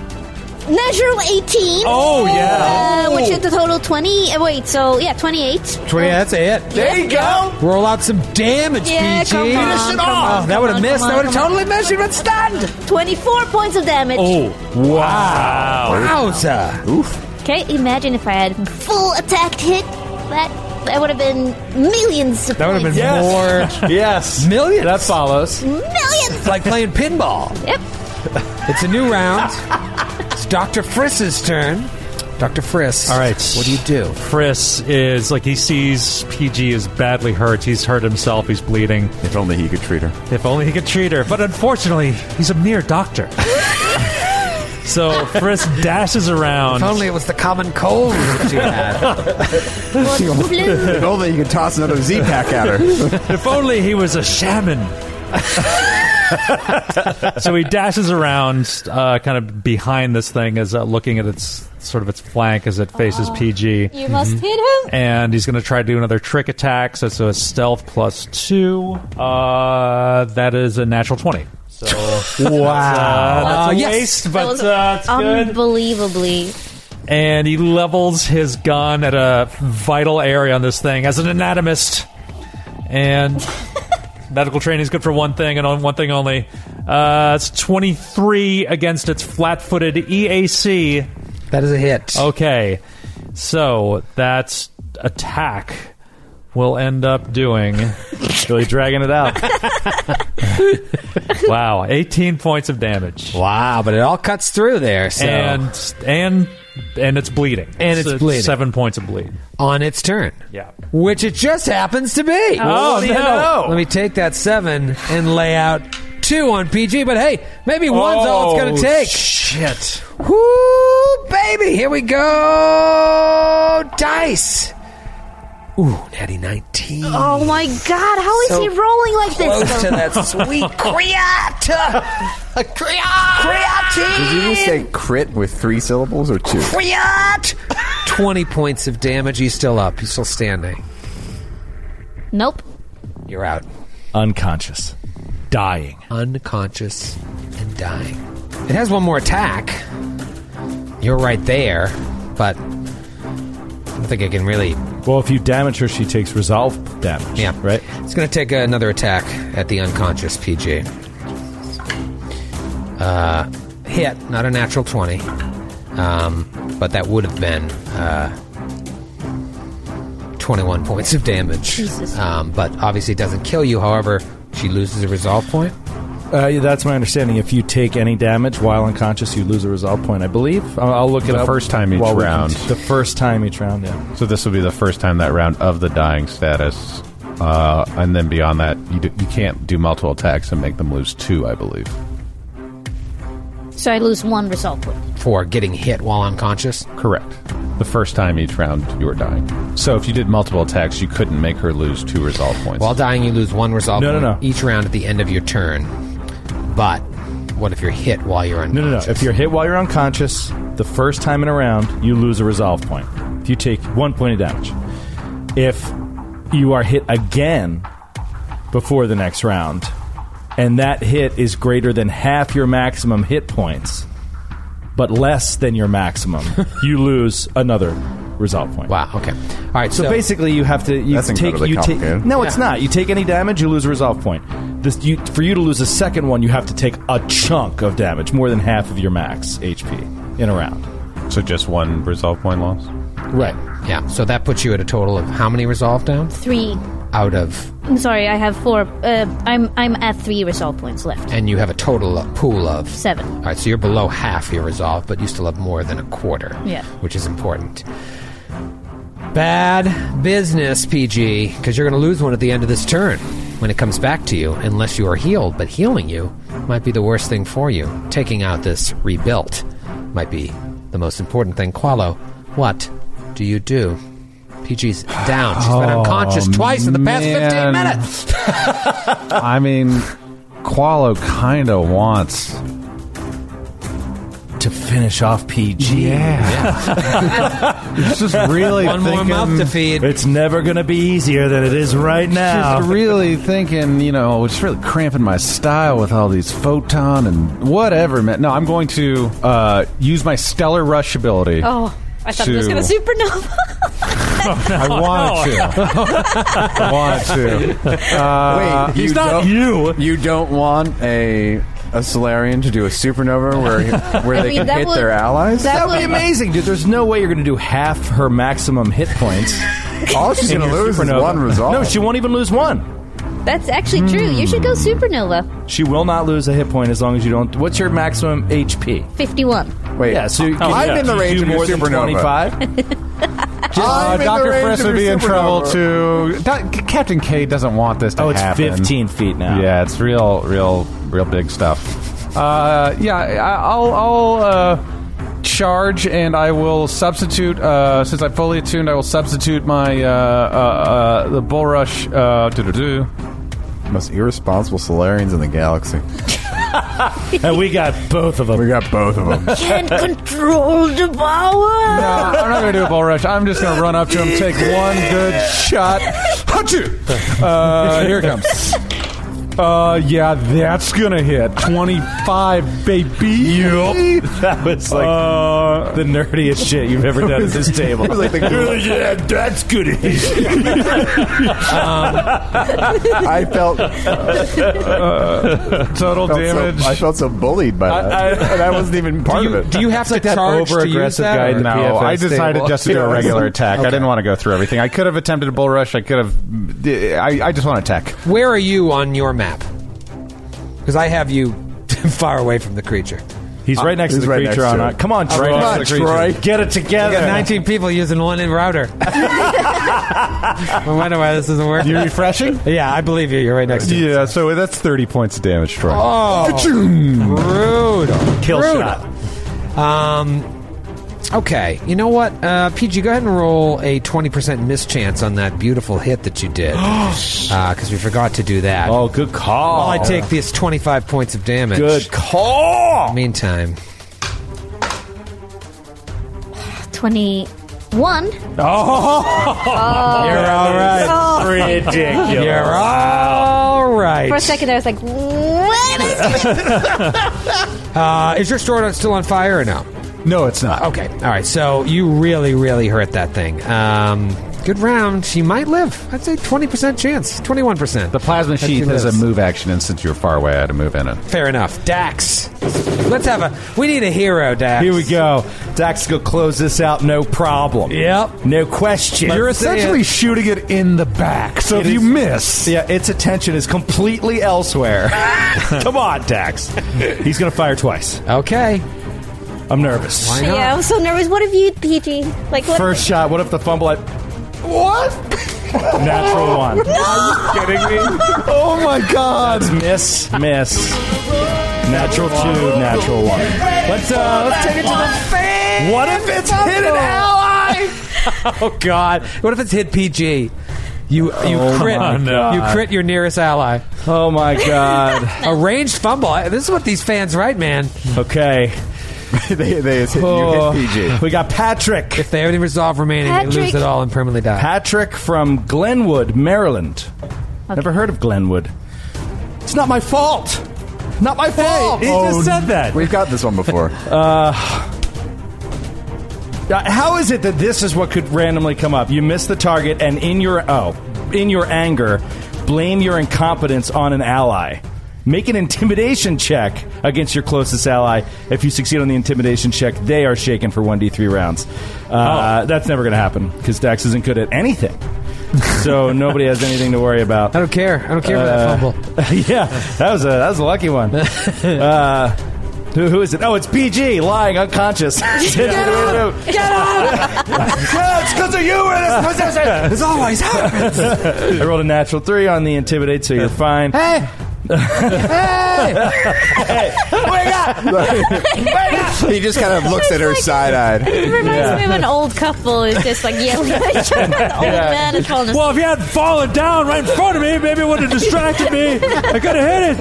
D: Natural 18.
J: Oh, yeah.
D: Uh, which
C: Oh.
D: is the total 20. uh, wait, so yeah, 28.
C: Twenty. That's it.
J: There you go.
C: Roll out some damage,
D: Yeah,
C: PG.
D: come on,
C: Oh,
D: come on,
C: that
D: come
C: would have
D: on,
C: missed.
D: come
C: That
D: on,
C: would have
D: come
C: totally missed. You'd been stunned.
D: 24 points of damage.
J: Oh, wow.
C: Wowza.
D: Okay, imagine if I had full attack hit. That that would have been millions of
C: That would have been
D: points.
J: Yes.
C: more.
J: Yes.
C: Millions.
J: That follows.
D: Millions!
C: It's like playing pinball.
D: Yep.
C: It's a new round. It's Dr. Friss's turn. Dr. Friss.
F: All right.
C: What do you do?
F: Friss is like he sees PG is badly hurt. He's hurt himself. He's bleeding.
G: If only he could treat her.
F: If only he could treat her. But unfortunately, he's a mere doctor. so Friss dashes around.
C: If only it was the common cold that you had.
D: Blue.
G: If only he could toss another Z pack at her.
F: If only he was a shaman. so he dashes around, uh, kind of behind this thing, as uh, looking at its sort of its flank as it faces PG,
D: You must hit him.
F: and he's going to try to do another trick attack. So it's a stealth plus two. Uh, that is a natural twenty. So
G: Ah.
F: wow, that's a
C: Uh, yes.
F: waste,
D: That
F: but
D: was
F: uh, it's good.
D: unbelievably.
F: And he levels his gun at a vital area on this thing as an anatomist. And medical training is good for one thing and on one thing only. Uh, it's 23 against its E flat footed EAC.
C: Oh, that is a hit.
F: Okay. So that attack will end up doing. really dragging it out. wow, 18 points of damage.
C: Wow, but it all cuts through there. so-
F: And and and it's bleeding.
C: And it's bleeding.
F: Seven points of bleed.
C: on its turn.
F: Yeah.
C: Which it just happens to be.
F: Oh,
C: What do you
F: no.
C: know? Let me take that seven and lay out two on PG, but hey, maybe one's all it's going to
J: Oh,
C: take.
J: Shit.
C: Woo, baby. Here we go. Dice. Ooh, Natty 19.
D: Oh my god, how is
C: So
D: he rolling like this?
C: Close to that sweet creata.
G: Did you
C: Creatine.
G: just say crit with three syllables or two?
C: Creat. 20 points of damage. He's still up. He's still standing.
D: Nope.
C: You're out.
J: Unconscious. Dying.
C: Unconscious and dying. It has one more attack. You're right there, but I don't think it can really.
J: Well, if you damage her, she takes resolve damage.
C: Yeah.
J: Right?
C: It's going to take another attack at the unconscious PG. Uh, hit, not a natural 20. Um, but that would have been uh, 21 points of damage.
J: Jesus.
C: Um, but obviously it doesn't kill you, however, she loses a resolve point.
J: Uh, yeah, that's my understanding. If you take any damage while unconscious, you lose a resolve point, I believe. I'll, I'll look it
H: The
J: up.
H: first time each
J: while we
H: round.
J: cont- The first time each round, yeah.
H: So this will be the first time that round of the dying status, uh, and then beyond that, you, do, you can't do multiple attacks and make them lose two, I believe.
D: So I lose one resolve point.
C: For getting hit while unconscious?
H: Correct. The first time each round you were dying. So if you did multiple attacks, you couldn't make her lose two resolve points.
C: While dying, you lose one resolve
H: No, no,
C: point each round at the end of your turn. But what if you're hit while you're
J: No,
C: unconscious?
J: no, no. If you're hit while you're unconscious, the first time in a round, you lose a resolve point. If you take one point of damage. If you are hit again before the next round, and that hit is greater than half your maximum hit points, but less than your maximum, you lose another resolve point.
C: Wow. Okay. All right.
J: So,
L: so-
J: basically, you have to you
L: That's
J: take
L: incredibly
J: you take
L: complicated.
J: no, it's
L: Yeah.
J: not. You take any damage, you lose a resolve point. This you for you to lose a second one, you have to take a chunk of damage, more than half of your max HP in a round.
H: So just one resolve point loss.
C: Right. Yeah. So that puts you at a total of how many resolve down?
D: Three.
C: Out of,
D: I'm sorry, I have four. Uh, I'm I'm at three resolve points left.
C: and you have a total pool of
D: Seven.
C: All right. So you're below half your resolve, but you still have more than a quarter.
D: Yeah.
C: Which is important. Bad business, PG, because you're going to lose one at the end of this turn when it comes back to you, unless you are healed. But healing you might be the worst thing for you. Taking out this rebuilt might be the most important thing. Qualo, what do you do? PG's down. She's been
H: Oh,
C: unconscious twice in the past 15
H: man.
C: minutes.
H: I mean, Qualo kind of wants
J: to finish off PG.
H: Yeah. it's just really
J: One more
H: thinking,
J: mouth to
C: feed.
J: It's never going to be easier than it is right now.
H: Just really thinking, you know, it's really cramping my style with all these photon and whatever. Man. No, I'm going to uh, use my stellar rush ability.
D: Oh, I thought it was
H: to-
D: gonna supernova.
H: I want to. I want to. Uh,
G: Wait, you not you. You don't want a a Solarian to do a supernova where where
J: I
G: they
J: mean,
G: can
J: that
G: hit
J: would-
G: their allies?
J: That, would be amazing, dude. There's no way you're going to do half her maximum hit points.
G: All she's
J: in
G: gonna
J: your
G: lose is
J: supernova.
G: one resolve.
J: No, she won't even lose one.
D: That's actually true. You should go supernova.
J: She will not lose a hit point as long as you don't. What's your maximum HP?
D: Fifty-one.
J: Wait, yeah, so you-
D: Oh, I'm
J: yeah.
D: in the
J: Do you
D: range
J: do
D: of your
J: more than
D: supernova.
J: 25?
H: Uh,
J: I'm in the
H: Dr.
J: range
H: Friss
J: of
H: would
J: your
H: be in
J: supernova.
H: trouble too. Doc- Captain K doesn't want this to
J: Oh, it's
H: happen.
J: 15 feet now.
H: Yeah, it's real, real, real big stuff. Uh, yeah, I- I'll, I'll uh, charge and I will substitute. Uh, since I'm fully attuned, I will substitute my uh, uh, uh, the bull rush. Uh, doo-doo-doo.
G: Most irresponsible Solarians in the galaxy.
J: and we got both of them.
G: We got both of them.
D: Can't control the power.
H: No, I'm not going to do a bull rush. I'm just going to run up to him, take one good shot. Hachu! Uh, here it comes. Uh, yeah, that's gonna hit. 25, baby. Yup.
J: That was like the nerdiest shit you've ever done at this table.
L: yeah, that's good.
G: I felt
H: total
G: I felt so-
H: damage.
G: I felt so bullied by that. and I wasn't even part of it.
J: have to
G: charge to use that, or-
H: No,
G: PFS
H: I decided
G: table.
H: just to do a
G: Yeah.
H: regular attack. I didn't want to go through everything. I could have attempted a bull rush. I could have. I, I just want to attack.
C: Where are you on your map? Because I have you far away from the creature.
J: He's right next
G: He's
J: to the
G: right
J: creature.
G: next
J: on
G: to
J: our-
G: it.
J: Come on,
G: Come
J: Troy.
G: on, Troy.
J: Get it
C: I
J: together.
C: got 19 people using one in router. I wonder why this isn't working.
H: You refreshing?
C: Yeah, I believe you. You're right next to me.
H: Yeah, so that's 30 points of damage, Troy.
C: Oh, brutal.
J: Kill
C: brutal.
J: shot.
C: Um, okay, you know what? Uh, PG, go ahead and roll a 20% mischance on that beautiful hit that you did. Because we forgot to do that.
J: Oh, good call.
C: While I take this 25 points of damage.
J: Good call.
C: Meantime,
D: 21.
C: you're all right.
L: Ridiculous.
C: You're all right.
D: For a second, I was like, wait a second.
C: Uh, is your sword still on fire or no?
H: No, it's not.
C: Okay. All right. So you really, really hurt that thing. Um, good round. She might live. I'd say 20% chance. 21%.
H: The plasma
C: That
H: sheath
C: she
H: is a
C: lives.
H: move action, and since you're far away, I had to move in it.
C: Fair enough. Dax. Let's have a. We need a hero, Dax.
J: Here we go. Dax go close this out, no problem.
C: Yep.
J: No question.
H: You're essentially shooting it in the back, so if
J: It
H: you
J: is-
H: miss.
J: Yeah, its attention is completely elsewhere. Come on, Dax. He's going to fire twice.
C: Okay.
J: I'm nervous.
C: Why not?
D: Yeah, I was so nervous. What have you, PG? Like, what?
J: First shot. What if the fumble? I- what? Natural one. kidding me?
H: Oh my god!
J: Miss, miss. Natural two, natural one. Let's uh, let's take it to the fan. What if it's hit an ally?
C: Oh God. What if it's hit PG? You you crit
J: my God.
C: you crit your nearest ally.
J: Oh my god.
C: A ranged fumble. I- This is what these fans write, man.
J: Okay.
G: they, they hit,
J: Oh,
G: you hit PG.
J: We got Patrick.
C: If they have any resolve remaining, they lose
D: Patrick.
C: it all and permanently die.
J: Patrick from Glenwood, Maryland. Never heard of Glenwood. It's not my fault. Not my fault. he just said that.
G: We've got this one before.
J: Uh, How is it that this is what could randomly come up? You miss the target, and in your oh, in your anger, blame your incompetence on an ally. Make an intimidation check against your closest ally. If you succeed on the intimidation check, they are shaken for one d three rounds. Uh,
C: Oh.
J: That's never going to happen because Dax isn't good at anything. so nobody has anything to worry about.
C: I don't care. I don't care
J: Uh,
C: about that fumble.
J: yeah, that was a that was a lucky one. Uh, who, who is it? Oh, it's PG lying unconscious. Get up! Get it's because of you in this position. This always happens. I rolled a natural three on the intimidate, so you're fine. Hey,
G: he just kind of looks at her side eyed.
D: It reminds me of an old couple who's just like yelling at each other. An old man is falling asleep.
L: Well, if you hadn't fallen down right in front of me, maybe it would have distracted me. I could have hit it.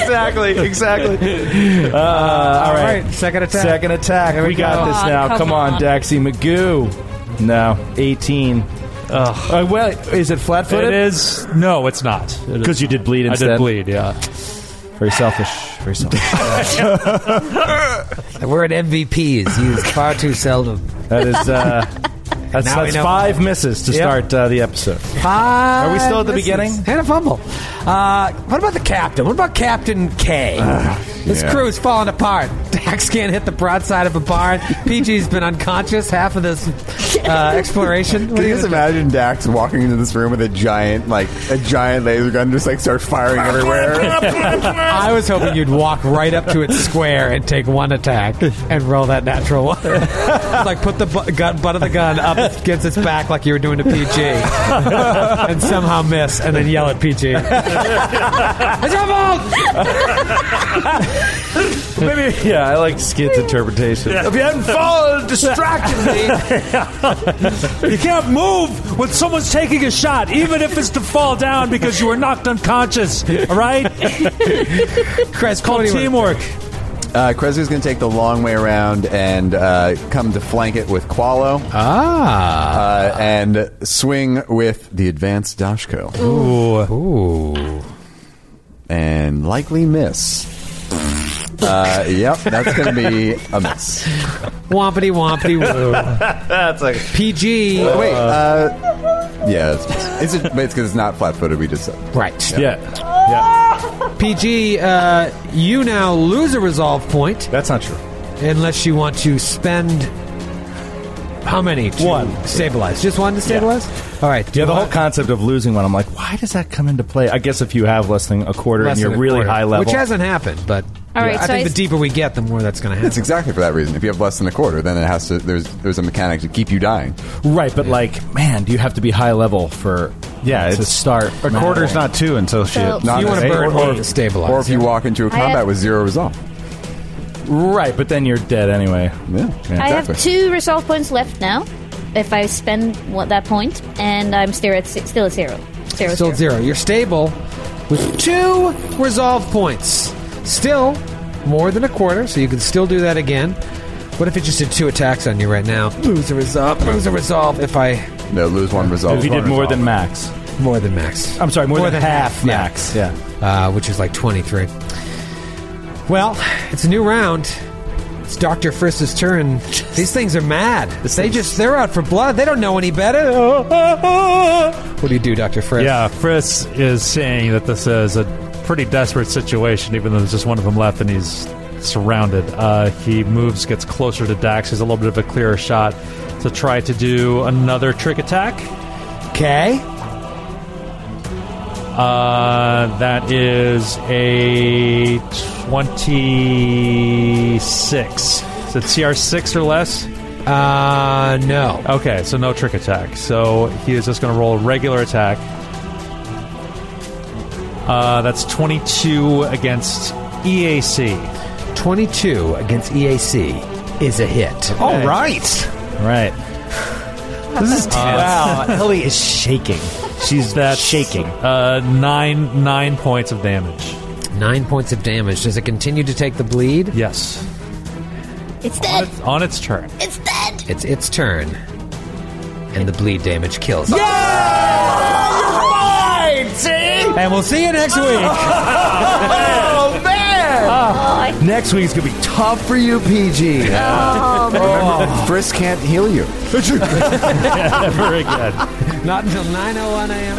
J: exactly, exactly. Uh, all right.
C: Second attack.
J: Second attack. we got
D: go.
J: this
D: Aw,
J: now. Come,
D: come
J: on,
D: on.
J: Daxi Magoo. No, eighteen. Uh, well, is it
F: It
J: flat-footed?
F: is. No, it's not. It is-
J: Because you did bleed
F: I
J: instead.
F: did bleed, yeah.
J: Very selfish. Very selfish.
C: We're at MVPs used far too seldom.
J: that is. Uh, that's
C: Now we
J: that's
C: know.
J: five misses to
C: Yep.
J: start uh, the episode.
C: Are
J: we still at the beginning?
C: And a fumble. Uh, what about the captain? What about Captain K?
J: Ah,
C: this
G: yeah.
C: crew is falling apart. Dax can't hit the broadside of a barn. PG's been unconscious half of this uh, exploration. What
G: Can
C: are
G: you
C: you
G: just
C: gonna
G: imagine Dax walking into this room with a giant, like a giant laser gun, just like start firing everywhere?
C: do? I was hoping you'd walk right up to its square and take one attack and roll that natural one. like put the bu- gun, butt of the gun up against its back like you were doing to PG and somehow miss and then yell at PG. it's your fault!
J: Maybe, yeah, I like Skid's interpretation. If you hadn't fallen, distracted me.
L: You can't move when someone's taking a shot, even if it's to fall down because you were knocked unconscious. All right?
C: Chris,
L: Called
C: Cody,
L: teamwork.
C: what-
G: Uh, Krezu's going to take the long way around and uh, come to flank it with Qualo
C: Ah.
G: uh, and swing with the advanced Dashko.
C: Ooh.
G: and likely miss. Uh, yep, that's going to be a miss.
C: Wompity wompity woo.
G: that's like
C: PG.
G: wait, uh, yeah, it's, it's, it's because it's not flat-footed. We just said
C: right.
G: Yeah.
C: PG, uh, you now lose a resolve point.
J: That's not true.
C: Unless you want to spend how many? to
J: One.
C: Stabilize. Just one to stabilize? All right.
J: Yeah, the whole concept of losing one, I'm like, why does that come into play? I guess if you have less than a quarter
C: Less
J: and you're
C: than a
J: really
C: quarter.
J: high level,
C: Which hasn't happened, but
J: All right,
C: yeah, I
J: so
C: think
J: I
C: the
J: s-
C: deeper we get, the more that's going to happen.
G: It's exactly for that reason. If you have less than a quarter, then it has to. There's there's a mechanic to keep you dying.
J: Right, but like, man, do you have to be high level for
G: Yeah,
J: to
G: it's-
J: start?
G: a quarter's not
J: two until
G: So- shit. Not You wanna an eight. burn one to stabilize, Or if you yeah. walk into a I combat have- with zero resolve.
J: Right, but then you're dead anyway.
G: Yeah,
D: I have two resolve points left now. If I spend what, that point, and I'm still at si- still at zero. Zero,
C: Still
D: zero.
C: zero. You're stable with two resolve points. Still more than a quarter, so you can still do that again. What if it just did two attacks on you right now? Lose a resolve. Lose a resolve. If I
G: no lose one resolve.
J: If you did more than max,
C: more than max.
J: I'm sorry, more, than, half, max. Yeah.
C: Uh, which is like 23. Well, it's a new round. It's Dr. Frist's turn. These things are mad. They just, they're out for blood. They don't know any better. What do you do, Dr. Frist?
F: Yeah, Fritz is saying that this is a pretty desperate situation, even though there's just one of them left and he's surrounded. Uh, he moves, gets closer to Dax. He's a little bit of a clearer shot to try to do another trick attack.
C: Okay.
F: Uh, that is a 26. Is it CR6 or less?
C: Uh, no.
F: Okay, so no trick attack. So he is just going to roll a regular attack. Uh, that's 22 against E EAC.
C: 22 against EAC is a hit. All right.
J: Right. This is tense.
F: Uh, Wow,
J: Ellie is shaking. She's that shaking.
F: Uh, nine nine points of damage.
C: Nine points of damage. Does it continue to take the bleed?
F: Yes.
D: It's dead.
F: On its turn.
D: It's dead.
C: It's its turn. And the bleed damage kills. it. And we'll see you next
J: Oh, man!
G: Next week's gonna be tough for you, PG.
J: Oh,
G: Remember that Frisk can't heal you.
F: Very good.
C: Not until 9.01 a.m.